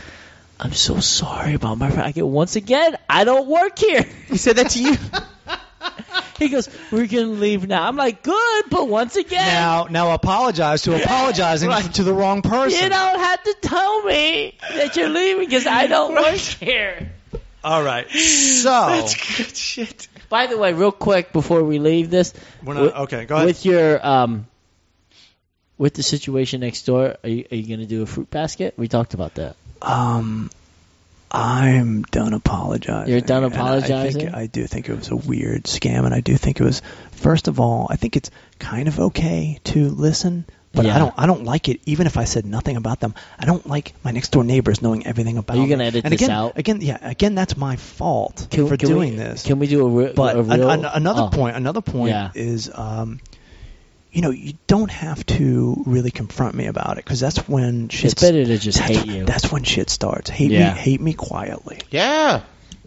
I'm so sorry about my friend. I go, once again, I don't work here.
He said that to you.
He goes, we're going to leave now. I'm like, good, but once again,
Now, now apologize to apologizing to the wrong person.
You don't have to tell me that you're leaving because I don't work here.
All right.
Oh.
So
good shit.
By the way, real quick before we leave this,
we're not okay. Go ahead.
with your um, with the situation next door, are you, are you going to do a fruit basket? We talked about that.
um, I'm done apologizing.
You're done
And I think-
apologizing?
I do think it was a weird scam, and I do think it was. First of all, I think it's kind of okay to listen. But
Yeah.
I don't. I don't like it. Even if I said nothing about them, I don't like my next door neighbors knowing everything about.
you gonna
me.
edit
and
this
again,
out?
Again, yeah. Again, that's my fault
Can,
for
can
doing
we,
this.
Can we do a, re-
But
a
an,
real?
an, another
oh.
point, another point
Yeah.
is, um, you know, you don't have to really confront me about it because that's when shit.
It's better to just
that's,
hate you.
That's when shit starts. Hate
Yeah.
me, hate me quietly.
Yeah.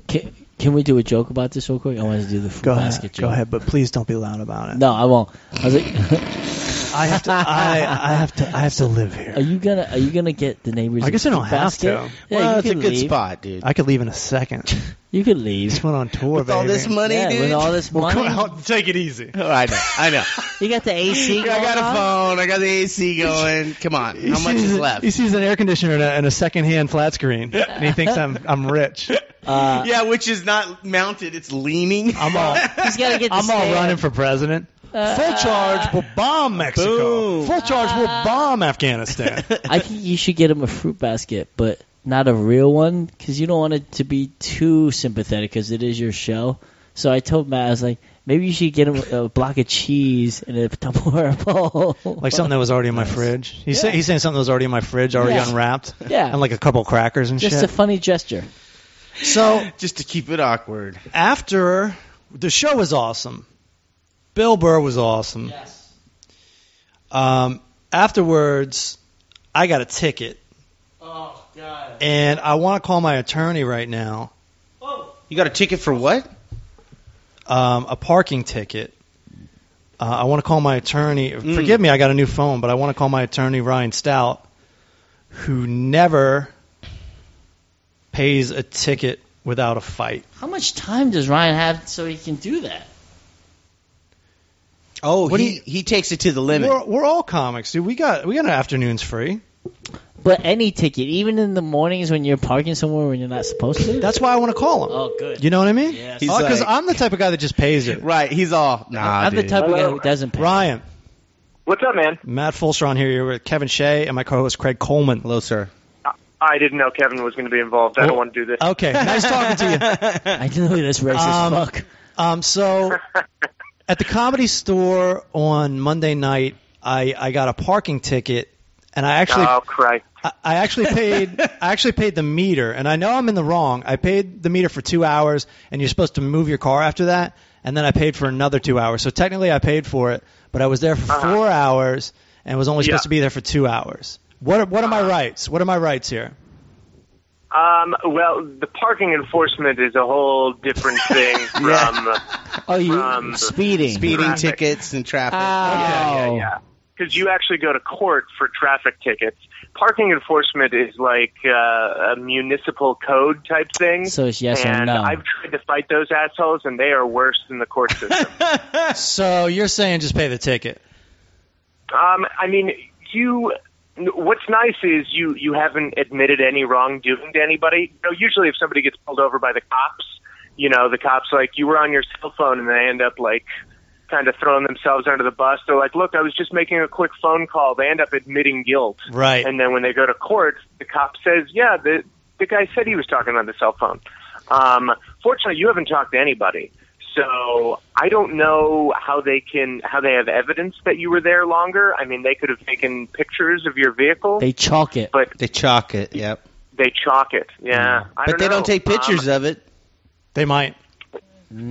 Can, can we do a joke about this real quick? I want to do the fruit
Go
basket
ahead,
joke.
go ahead, but please don't be loud about it.
No, I won't. I was like,
I have to. I, I have to. I have to live
are
here.
you gonna are you gonna get the neighbors?
I guess
a
I don't
fruit
have
basket?
to.
Yeah,
well,
you
it's a
could
good
leave.
spot, dude.
I could leave in a second.
You could leave.
Just went on tour,
With all
baby.
this money,
yeah,
dude.
with all this
Well,
money,
come on, take it easy.
Oh, I know. I know.
you got the AC.
I got
going
a
on?
phone. I got the AC going. Come on.
He
How much
sees-
is left?
He sees an air conditioner and a, and a secondhand flat screen, and he thinks I'm I'm rich.
Uh,
yeah, which is not mounted; it's leaning.
I'm all,
He's got to get. the
I'm all
stand.
running for president.
Uh,
Full charge will bomb Mexico.
Boom.
Full charge will
Uh.
bomb Afghanistan.
I think you should get him a fruit basket, but not a real one because you don't want it to be too sympathetic because it is your show. So I told Matt, I was like, maybe you should get him a block of cheese and a Tupperware bowl.
like something that was already in my fridge. He's, say, he's saying something that was already in my fridge, already
Yeah.
unwrapped,
Yeah.
and like a couple crackers and
Just
shit.
a funny gesture.
so
Just to keep it awkward.
after the show was awesome, Bill Burr was awesome.
Yes.
Um, afterwards, I got a ticket,
Oh, God.
and I want to call my attorney right now.
You got a ticket for what?
um, a parking ticket. Uh, I want to call my attorney. Forgive me, I got a new phone, but I want to call my attorney, Ryan Stout, who never pays a ticket without a fight.
How much time does Ryan have so he can do that?
Oh,
What do
he, he takes it to the limit.
We're, we're all comics, dude. We got we got our afternoons free.
But any ticket, even in the mornings when you're parking somewhere when you're not supposed to?
That's why I want to call him.
oh, good.
You know what I mean?
Yes.
He's
Because
like-
Oh, I'm the type of guy that just pays it.
Right, he's all nah.
I'm the
dude."
type of guy
Hello.
who doesn't pay.
Ryan,
What's up, man?
Matt Fulsteron here. You're with Kevin Shea and my co-host Craig Coleman.
Hello, sir.
I didn't know Kevin was going to be involved. I
Well-
don't want to do this.
Okay, nice talking to you.
I know this racist
Um,
fuck.
Um, so at the comedy store on Monday night, I, I got a parking ticket, and I actually
oh Christ!
I, I actually paid I actually paid the meter, and I know I'm in the wrong. I paid the meter for two hours, and you're supposed to move your car after that, and then I paid for another two hours. So technically, I paid for it, but I was there for
Uh-huh.
four hours and was only
Yeah. Uh-huh.
supposed to be there for two hours. What are, what are my rights? What are my rights here?
Um, well, the parking enforcement is a whole different thing from.
Oh, you
um,
speeding. Uh,
Speeding
Traffic.
tickets and traffic.
Yeah,
Ow.
yeah, yeah. Because you actually go to court for traffic tickets. Parking enforcement is like uh, a municipal code type thing.
So it's yes or
and
no.
I've tried to fight those assholes, and they are worse than the court system.
So you're saying just pay the ticket?
Um, I mean, you. What's nice is you you haven't admitted any wrongdoing to anybody. You know, usually, if somebody gets pulled over by the cops, you know, the cops like you were on your cell phone, and they end up like kind of throwing themselves under the bus. They're like, "Look, I was just making a quick phone call." They end up admitting guilt,
Right.
and then when they go to court, the cop says, "Yeah, the the guy said he was talking on the cell phone." Um, fortunately, you haven't talked to anybody, so I don't know how they can how they have evidence that you were there longer. I mean, they could have taken pictures of your vehicle,
They chalk it.
but
They chalk it. Yep.
they chalk it. Yeah, I
Mm. But
don't
they
know.
don't take
Um,
pictures of it.
They might.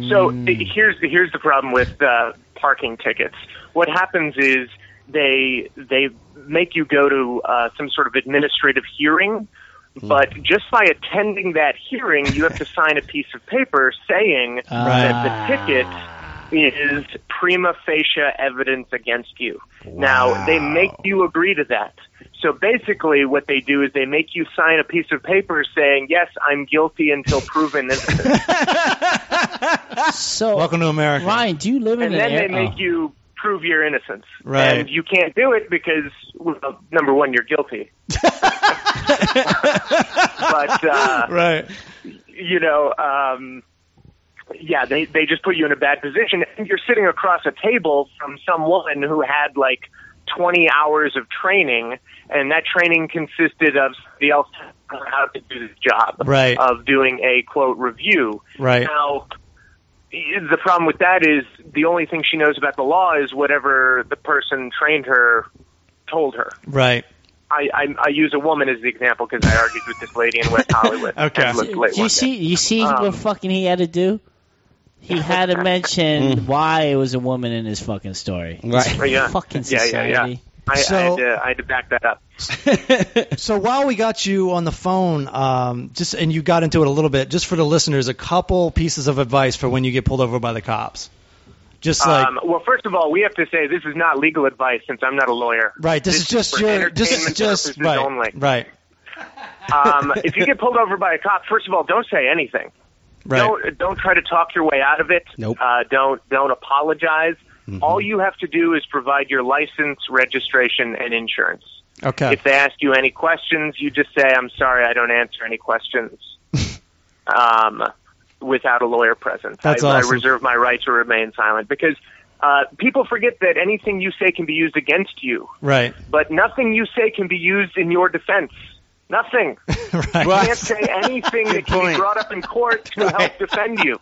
So th- here's the, here's the problem with uh, parking tickets. What happens is they they make you go to uh, some sort of administrative hearing, but just by attending that hearing, you have to sign a piece of paper saying that the ticket is prima facie evidence against you. Now they make you agree to that. So basically, what they do is they make you sign a piece of paper saying, "Yes, I'm guilty until proven innocent."
So,
Welcome to America.
Ryan, do you live in
and
an
then
area?
they make you prove your innocence.
Right.
And you can't do it because, well, number one, you're guilty. but uh,
Right.
you know, um, yeah, they they just put you in a bad position. And you're sitting across a table from some woman who had like 20 hours of training, and that training consisted of the else telling her how to do this job
Right.
of doing a quote review.
Right.
Now, the problem with that is the only thing she knows about the law is whatever the person trained her told her.
Right.
I, I, I use a woman as the example because I argued with this lady in West Hollywood.
Okay.
And looked late
Do you
one
see? You see
Um,
what fucking he had to do? He had to
Hmm.
mention why it was a woman in his fucking story.
Right.
day. Oh, Yeah.
Fucking
Yeah, yeah,
society.
yeah. I,
So-
I, had to, I had to back that up.
So while we got you on the phone, um, just and you got into it a little bit, just for the listeners, a couple pieces of advice for when you get pulled over by the cops. Just like
um, well, first of all, we have to say this is not legal advice since I'm not a lawyer.
right, this,
this
is just
is for
your this is
entertainment
just
purposes
right,
only.
right,
Um, if you get pulled over by a cop, first of all, don't say anything.
right,
Don't don't try to talk your way out of it.
Nope.
Uh, don't don't apologize.
Mm-hmm.
All you have to do is provide your license, registration, and insurance.
okay,
If they ask you any questions, you just say, "I'm sorry, I don't answer any questions." um, without a lawyer present.
That's
I,
awesome.
I reserve my right to remain silent because uh, people forget that anything you say can be used against you,
Right.
but nothing you say can be used in your defense. Nothing.
right.
You can't say anything that can
point.
be brought up in court to help defend you.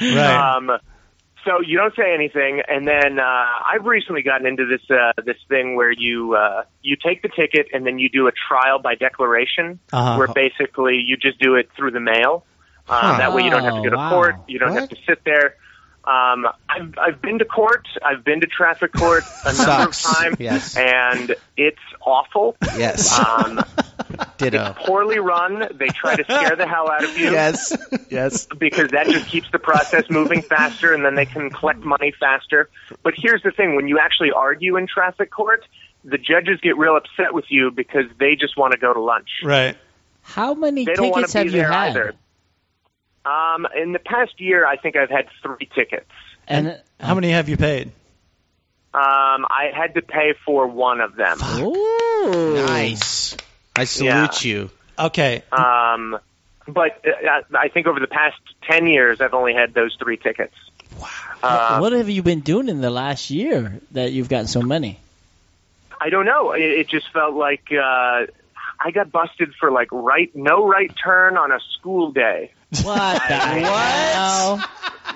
Right.
Um, so you don't say anything, and then uh, I've recently gotten into this uh, this thing where you uh, you take the ticket and then you do a trial by declaration,
Uh-huh.
where basically you just do it through the mail. Um,
Huh.
That way you don't have to go to
Oh, wow.
court, you don't
What?
have to sit there. Um, I've I've been to court, I've been to traffic court a number of
Sucks.
times,
Yes.
and it's awful.
Yes.
Um,
Ditto.
poorly run. They try to scare the hell out of you
Yes. Yes.
because that just keeps the process moving faster and then they can collect money faster. But here's the thing when you actually argue in traffic court, the judges get real upset with you because they just want to go to lunch.
Right.
How many
They don't want
tickets
to
have
be
you
there
had?
either. Um, in the past year, I think I've had three tickets.
And
How many have you paid?
Um, I had to pay for one of them.
Ooh.
Nice. I salute
Yeah.
you.
Okay.
Um, but uh, I think over the past 10 years, I've only had those three tickets. Wow.
what have you been doing in the last year that you've gotten so many?
I don't know. It, it just felt like uh, I got busted for like right no right turn on a school day.
What the hell?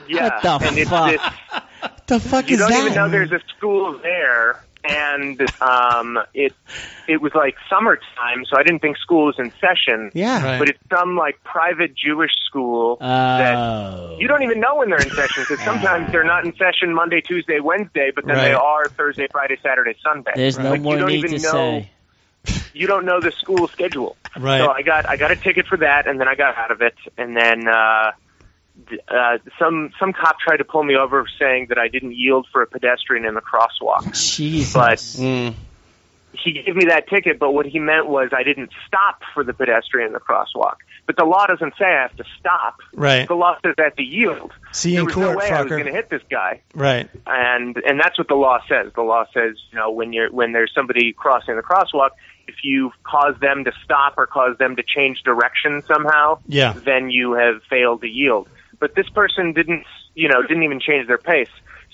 Yeah,
What the
and it's
fuck?
this,
the fuck
you
is
don't
that?
even know there's a school there, and um, it it was like summertime, so I didn't think school was in session.
Yeah.
Right.
But it's some like private Jewish school
Oh.
you don't even know when they're in session because sometimes they're not in session Monday, Tuesday, Wednesday, but then
Right.
they are Thursday, Friday, Saturday, Sunday.
There's no
Like,
more
you don't
need
even
to
know
say.
you don't know the school schedule.
Right.
So I got I got a ticket for that, and then I got out of it, and then uh, d- uh, some some cop tried to pull me over, saying that I didn't yield for a pedestrian in the crosswalk.
Jesus.
But-
Hmm.
Mm.
He gave me that ticket, but what he meant was I didn't stop for the pedestrian in the crosswalk. But the law doesn't say I have to stop.
right.
The law says I have to yield.
See you
there
in
was
court,
no way I was
fucker.
going to hit this guy,
Right.
and and that's what the law says. The law says you know when you're when there's somebody crossing the crosswalk, if you cause them to stop or cause them to change direction somehow,
Yeah.
then you have failed to yield. But this person didn't, you know, didn't even change their pace.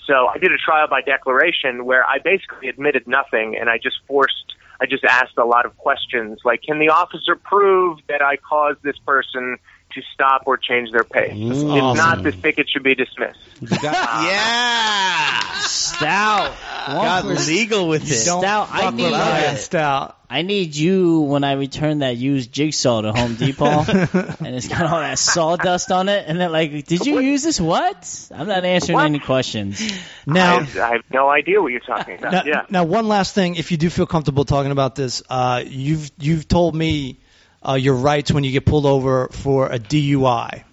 So I did a trial by declaration where I basically admitted nothing and I just forced, I just asked a lot of questions like, can the officer prove that I caused this person to stop or change their pace?
That's
if
awesome.
not, this ticket should be dismissed.
You got- yeah.
Stout.
Got legal with it.
Don't
Stout, I
fuck
need
with Ryan
that.
Stout.
I need you when I return that used jigsaw to Home Depot, and it's got all that sawdust on it. And they're like, "Did you use this? What? I'm not answering
What?
any questions."
Now,
I, I have no idea what you're talking
Now,
about. yeah.
now, one last thing. If you do feel comfortable talking about this, uh, you've you've told me uh, your rights when you get pulled over for a DUI.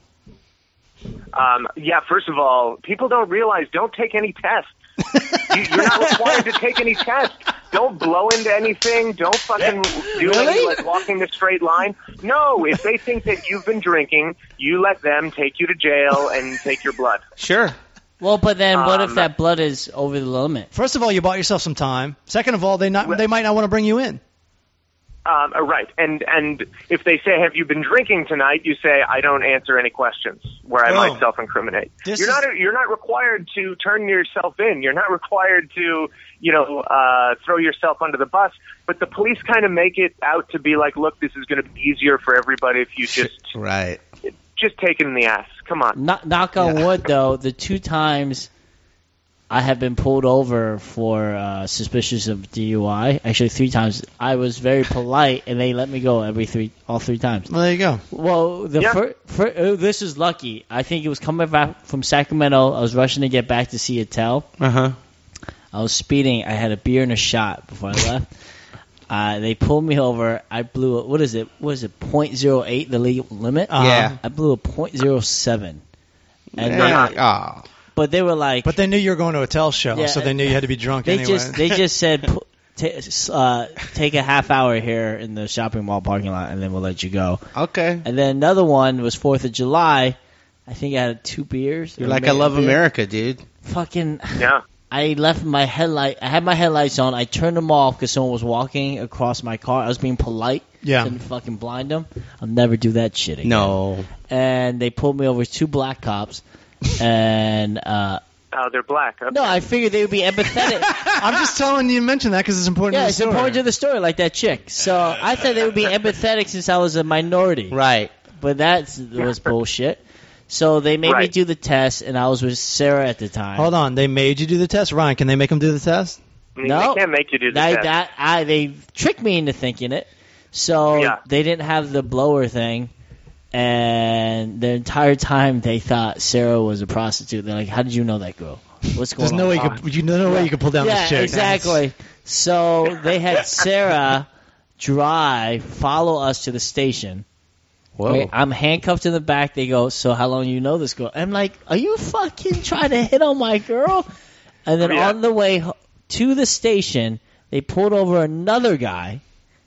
Um, yeah, first of all, people don't realize don't take any tests. you, you're not required to take any tests. Don't blow into anything. Don't fucking do any, like walking the straight line. No, if they think that you've been drinking, you let them take you to jail and take your blood.
Sure.
Well, but then what if
Um,
that blood is over the limit?
First of all, you bought yourself some time. Second of all, they not they might not want to bring you in.
Um, uh, right, and and if they say, "Have you been drinking tonight?" You say, "I don't answer any questions where I
Oh.
might self-incriminate."
This
you're
is-
not you're not required to turn yourself in. You're not required to you know uh, throw yourself under the bus. But the police kind of make it out to be like, "Look, this is going to be easier for everybody if you just
Right.
just take it in the ass." Come on.
Knock, knock on
Yeah.
wood, though, the two times I have been pulled over for uh, suspicious of DUI, actually three times, I was very polite and they let me go every three, all three times.
Well, there you go.
Well, the
Yeah.
fir- fir- oh, this is lucky. I think it was coming back from Sacramento. I was rushing to get back to Seattle.
Uh huh.
I was speeding. I had a beer and a shot before I left. Uh, they pulled me over. I blew a, what is it? What is it? Point zero eight the legal limit.
Uh-huh.
Yeah.
I blew a point zero seven. And
Yeah. Oh.
then-
Aw.
but they were like,
But they knew you were going to a tell show,
Yeah,
so they knew you had to be drunk
they
anyway.
just they just said, "Pu- ta- uh, take a half hour here in the shopping mall parking lot, and then we'll let you go.
Okay.
And then another one was Fourth of July. I think I had two beers.
You're
or
like
may-
I love
beer.
America, dude.
Fucking
Yeah.
I left my headlight. I had my headlights on. I turned them off because someone was walking across my car. I was being polite.
Yeah.
Didn't fucking blind them. I'll never do that shit again.
No.
And they pulled me over. Two black cops. and uh,
Oh, they're black. Okay.
no, I figured they would be empathetic.
I'm just telling you, mention that because it's important.
yeah,
to the
it's
story.
important to the story, like that chick. So I thought they would be empathetic since I was a minority.
Right.
But that was bullshit. So they made me
Right.
do the test, and I was with Sarah at the time.
Hold on, they made you do the test, Ryan. Can they make them do the test?
I mean,
no.
they can't make you do the
They,
test.
that I they tricked me into thinking it. So
Yeah.
they didn't have the blower thing, and the entire time they thought Sarah was a prostitute. They're like, "How did you know that girl? What's going
There's no
on?"
way you could, you no way you could pull down
yeah,
this chick.
exactly. So they had Sarah drive, follow us to the station.
Whoa.
Okay, I'm handcuffed in the back. They go, "So how long you know this girl?" I'm like, "Are you fucking trying to hit on my girl?" And then
Yeah.
on the way ho- to the station, they pulled over another guy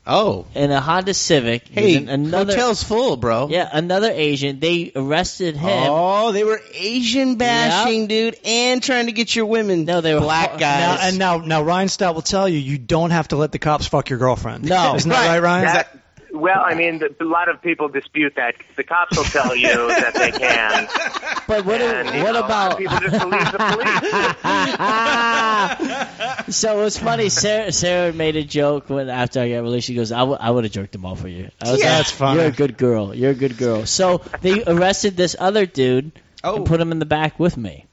Oh.
in a Honda Civic. He was
Hey,
in another
hotel's full, bro.
yeah, another Asian. They arrested him.
Oh, they were Asian bashing, dude, and trying to get your women.
No, they were
black
hor-
Now,
guys.
and now, now Ryan Stout will tell you you don't have to let the cops fuck your girlfriend.
No.
isn't that right, Ryan?
That- well, I mean, the, a lot of people dispute that. The cops will tell you that they can.
But what,
And, you
what
know,
about
people just believe the police?
so it was funny. Sarah, Sarah had made a joke when after I got released. She goes, "I would have jerked them off for you." I was
Yeah.
like,
That's funny.
You're a good girl. You're a good girl." So they arrested this other dude
Oh.
and put him in the back with me,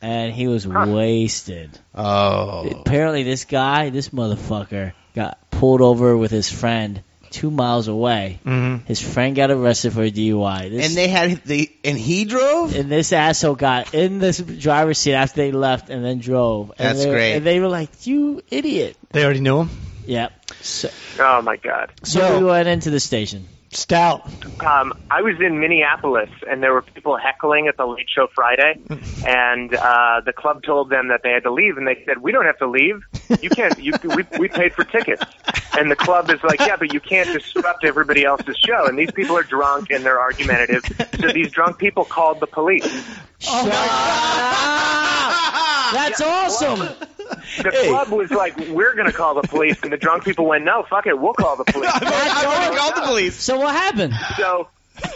and he was wasted.
oh.
Apparently, this guy, this motherfucker, got pulled over with his friend two miles away.
Mhm.
His friend got arrested for a DUI. This,
Mm-hmm. And they had the and he drove.
and this asshole got in this driver's seat after they left and then drove. And
That's
they,
great.
And they were like, "You idiot."
They already knew him.
Yep. So,
Oh my God.
so
Yo.
we went into the station.
Stout.
Um, I was in Minneapolis, and there were people heckling at the Late Show Friday, and uh, the club told them that they had to leave, and they said, "We don't have to leave. You can't. You, we, we paid for tickets." And the club is like, "Yeah, but you can't disrupt everybody else's show." And these people are drunk and they're argumentative, so these drunk people called the police.
Shut up! That's awesome.
The club was like, "We're going to call the police," and the drunk people went, "No, fuck it, we'll call the police."
I already called the police.
So what happened?
So,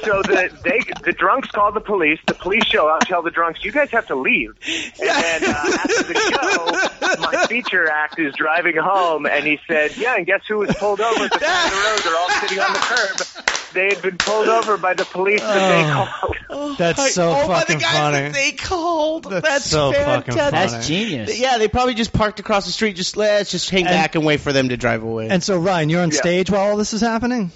so the they the drunks call the police. The police show up, tell the drunks, "You guys have to leave." And then uh, after the show, my feature act is driving home, and he said, "Yeah, and guess who was pulled over at the side of the road? They're all sitting on the curb. They had been pulled over by the police that they called."
That's so
oh, by the
fucking
guys
funny.
that they called. That's,
so fucking
fantastic.
funny.
That's genius.
Yeah, they probably just parked across the street. Just let's just hang back and wait for them to drive away.
and so Ryan, you're on
Yeah.
stage while all this is happening.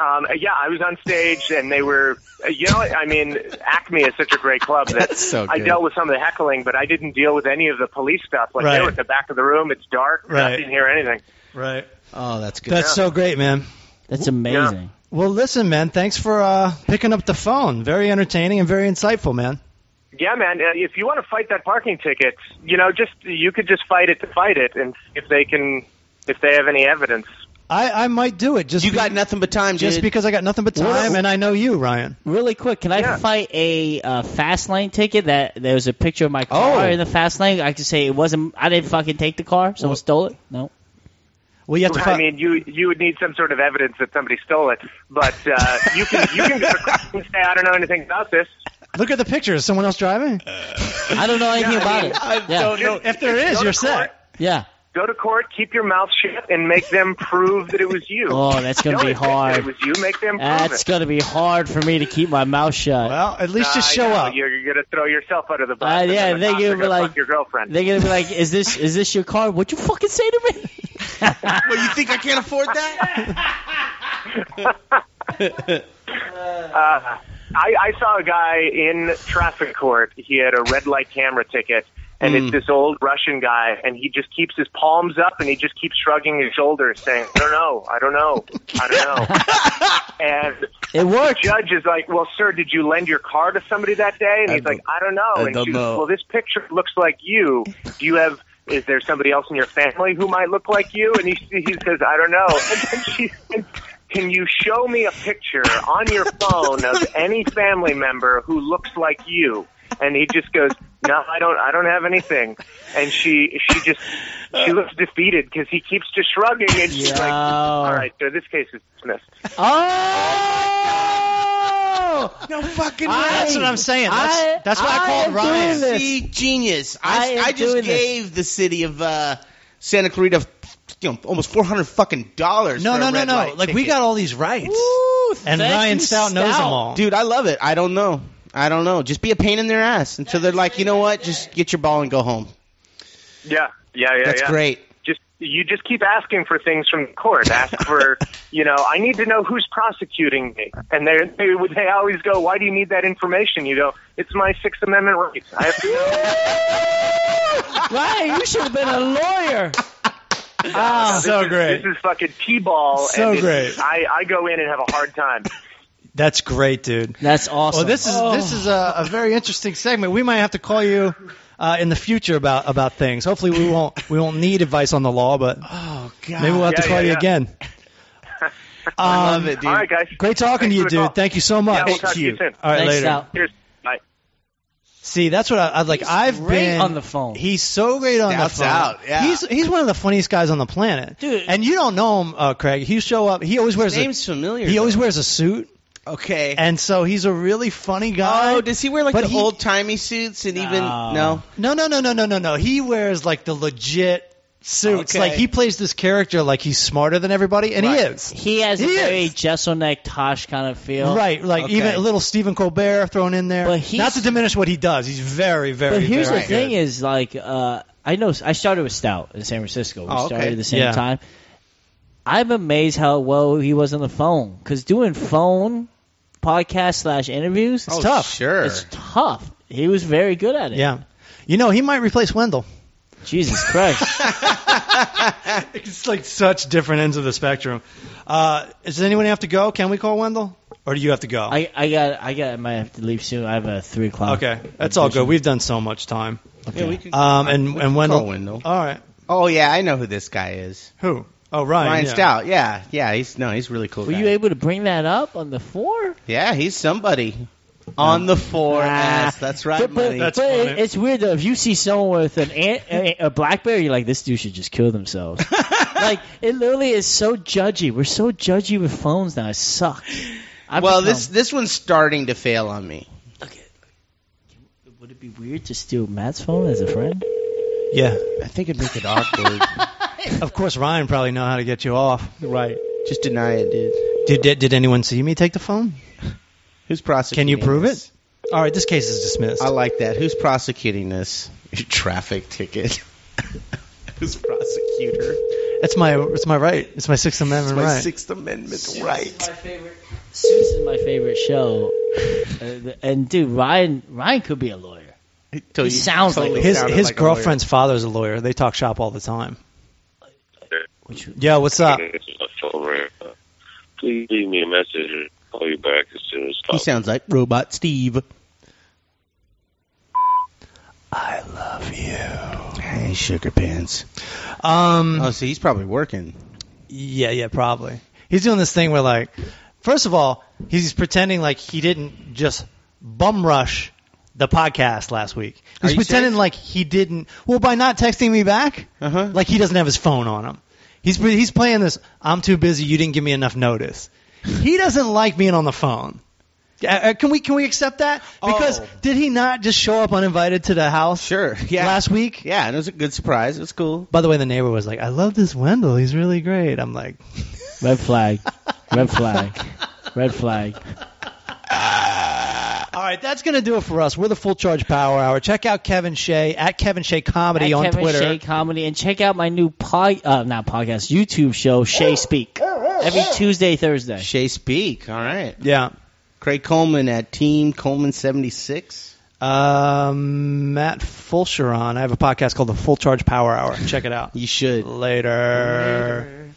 Um, yeah, I was on stage, and they were, you know, I mean, Acme is such a great club that
That's so
I
good.
dealt with some of the heckling, but I didn't deal with any of the police stuff. Like
Right.
they were at the back of the room, it's dark,
Right.
I didn't hear anything.
Right.
oh, that's good.
That's
Yeah.
so great, man.
That's amazing.
Well, listen, man. Thanks for uh, picking up the phone. Very entertaining and very insightful, man.
Yeah, man. uh, If you want to fight that parking ticket, you know, just you could just fight it to fight it, and if they can, if they have any evidence.
I, I might do it just
you
be-
got nothing but time,
just
dude.
because I got nothing but
What-
time and I know you, Ryan.
Really quick, can I
Yeah.
fight a uh, fast lane ticket? That there was a picture of my car
Oh.
in the fast lane. I could say it wasn't. I didn't fucking take the car. Someone stole it. No.
Well, you have to.
I
fi-
mean, you you would need some sort of evidence that somebody stole it, but uh, you can you can go to court and say I don't know anything about this.
look at the picture. Is someone else driving?
Uh,
I don't know anything about it.
I
yeah.
don't know.
If there is,
Go to
you're
court.
set.
Yeah.
Go to court, keep your mouth shut, and make them prove that it was you.
Oh, that's gonna
Don't
be
admit that
hard.
It was you. Make them prove
That's
it.
gonna be hard for me to keep my mouth shut.
Well, at least just
I
show
Uh, know,
up.
You're, you're gonna throw yourself under the bus.
Uh,
and
yeah,
then the
they
cops
give
are gonna
like-
fuck your girlfriend.
They're gonna be like, "Is this is this your car? What you fucking say to me?"
well, you think I can't afford that?
Uh, I, I saw a guy in traffic court. He had a red light camera ticket, and it's this old Russian guy, and he just keeps his palms up and he just keeps shrugging his shoulders, saying, "I don't know, I don't know, I don't know." and
It
the
worked.
judge is like, "Well, sir, did you lend your car to somebody that day?" And he's like, "I don't know." and
don't
she's,
know.
"Well, this picture looks like you. Do you have?" Is there somebody else in your family who might look like you? And he, he says, I don't know. And then she says, Can you show me a picture on your phone of any family member who looks like you? And he just goes, no, I don't. I don't have anything. And she she just she looks defeated because he keeps just shrugging and she's like, all right, so this case is dismissed.
Oh!
No fucking way.
I-
That's what I'm saying. That's,
I-
that's why I,
I
called
am
Ryan.
doing this.
See, genius. I,
I am
I, just
doing this.
gave the city of uh, Santa Clarita, you know, almost four hundred fucking dollars.
No,
for
no,
a
no,
red
no.
light
Like we
ticket.
got all these rights,
Woo,
and
thank
Ryan
you,
Stout, knows them all.
dude. I love it. I don't know. I don't know. Just be a pain in their ass until they're like, you know what? Just get your ball and go home.
Yeah, yeah, yeah.
That's
yeah.
great.
Just you just keep asking for things from the court. Ask for you know I need to know who's prosecuting me, and they they would they always go, why do you need that information? You go, it's my Sixth Amendment right. I have to know.
Ryan, you should have been a lawyer.
Oh,
so great.
This is fucking t-ball.
So
and it's-
great.
I I go in and have a hard time.
That's great, dude.
That's awesome.
Well, this is
Oh.
this is a, a very interesting segment. We might have to call you uh, in the future about about things. Hopefully, we won't we won't need advice on the law, but
Oh god.
maybe we'll have to
Ah, Yeah,
call
yeah,
you
yeah.
again. Um,
I love it, dude.
All right, guys.
Great talking
Thanks
to you,
for the call.
dude. Thank you so much.
Yeah, we'll talk to you soon.
All right,
Thanks,
later.
Sal.
Cheers. Bye.
See, that's what I, I like. I've
great
been
on the phone.
He's so great on
Shouts
the phone.
out, yeah.
He's he's one of the funniest guys on the planet,
Dude.
And you don't know him, uh, Craig. He show up. He always wears
Name's
a,
familiar.
he always
though.
wears a suit,
okay.
and so he's a really funny guy.
oh, does he wear like
But
the
he-
old timey suits and even
No.
no?
No, no, no, no, no, no, no. He wears like the legit suits.
Okay.
Like he plays this character like he's smarter than everybody, and he
Right.
is.
He has a
He
very
is.
Jesselneck Tosh kind of feel.
Right, like
Okay.
even a little Stephen Colbert thrown in there.
But he's-
Not to diminish what he does, he's very, very.
But here's
very
the thing:
good.
is like uh, I know I started with Stout in San Francisco. We
Oh, okay.
started at the same
Yeah.
time. I'm amazed how well he was on the phone because doing phone podcast slash interviews,
oh,
it's tough.
Sure.
It's tough. He was very good at it.
yeah, you know, he might replace Wendell.
Jesus Christ.
It's like such different ends of the spectrum. Uh, does anyone have to go? Can we call Wendell, or do you have to go?
I, I got I got I might have to leave soon. I have a three o'clock.
okay, that's all good. We've done so much time.
Yeah, we could-
Um, and and Wendell.
call Wendell.
All right.
oh yeah, I know who this guy is.
Who? Oh, Ryan.
Ryan
yeah.
Stout. Yeah, yeah. He's no, he's a really cool.
Were
guy.
you able to bring that up on the four?
Yeah, he's somebody on the four
Ah.
ass. That's right,
But, but,
buddy.
That's
but
funny.
it- it's weird though. If you see someone with an ant, a, a black bear, you're like, this dude should just kill themselves. like it literally is so judgy. We're so judgy with phones now. It sucks. I've
well,
become-
this this one's starting to fail on me.
would it be weird to steal Matt's phone as a friend?
Yeah.
I think it'd make it awkward.
Of course, Ryan probably know how to get you off. Right.
Just deny it, dude.
Did, did did anyone see me take the phone?
Who's
Can
prosecuting?
you prove
this?
it? All right, this case is dismissed.
I like that. Who's prosecuting this? Your traffic ticket. Who's prosecutor?
It's my it's my right. It's my Sixth Amendment
My
right.
Sixth Amendment right.
Suits is my favorite show, Uh, th- and dude, Ryan Ryan could be a lawyer.
So
He sounds like
totally
His
sounded
his
like a lawyer.
girlfriend's father's a lawyer. They talk shop all the time.
Which,
Yeah, what's up?
This is my phone ring. Uh, Please leave me a message and call you back as soon as
He
possible.
sounds like Robot Steve.
I love you.
Hey, sugar pants.
Um.
Oh, see, he's probably working.
Yeah, yeah, probably. He's doing this thing where like, first of all, he's pretending like he didn't just bum rush the podcast last week.
Are
He's
you
pretending
serious?
like he didn't. Well, by not texting me back,
Uh huh.
like he doesn't have his phone on him. He's he's playing this. I'm too busy. You didn't give me enough notice. He doesn't like being on the phone. Uh, uh, Can we can we accept that? Because
Oh.
did he not just show up uninvited to the house
sure. Yeah.
last week?
yeah, and it was a good surprise. It was cool.
By the way, the neighbor was like, "I love this Wendell. He's really great." I'm like,
red flag, red flag, red flag.
Ah. "All right, that's gonna do it for us. We're the Full Charge Power Hour. Check out Kevin Shea at Kevin Shea Comedy
at
on
Kevin
Twitter.
Shea Comedy, and check out my new pod, uh, not podcast, YouTube show, Shea Speak, every Tuesday, Thursday.
Shay Speak. All right.
Yeah,
Craig Coleman at Team Coleman 76.
um, Matt Fulcheron. I have a podcast called the Full Charge Power Hour. Check it out.
You should.
Later.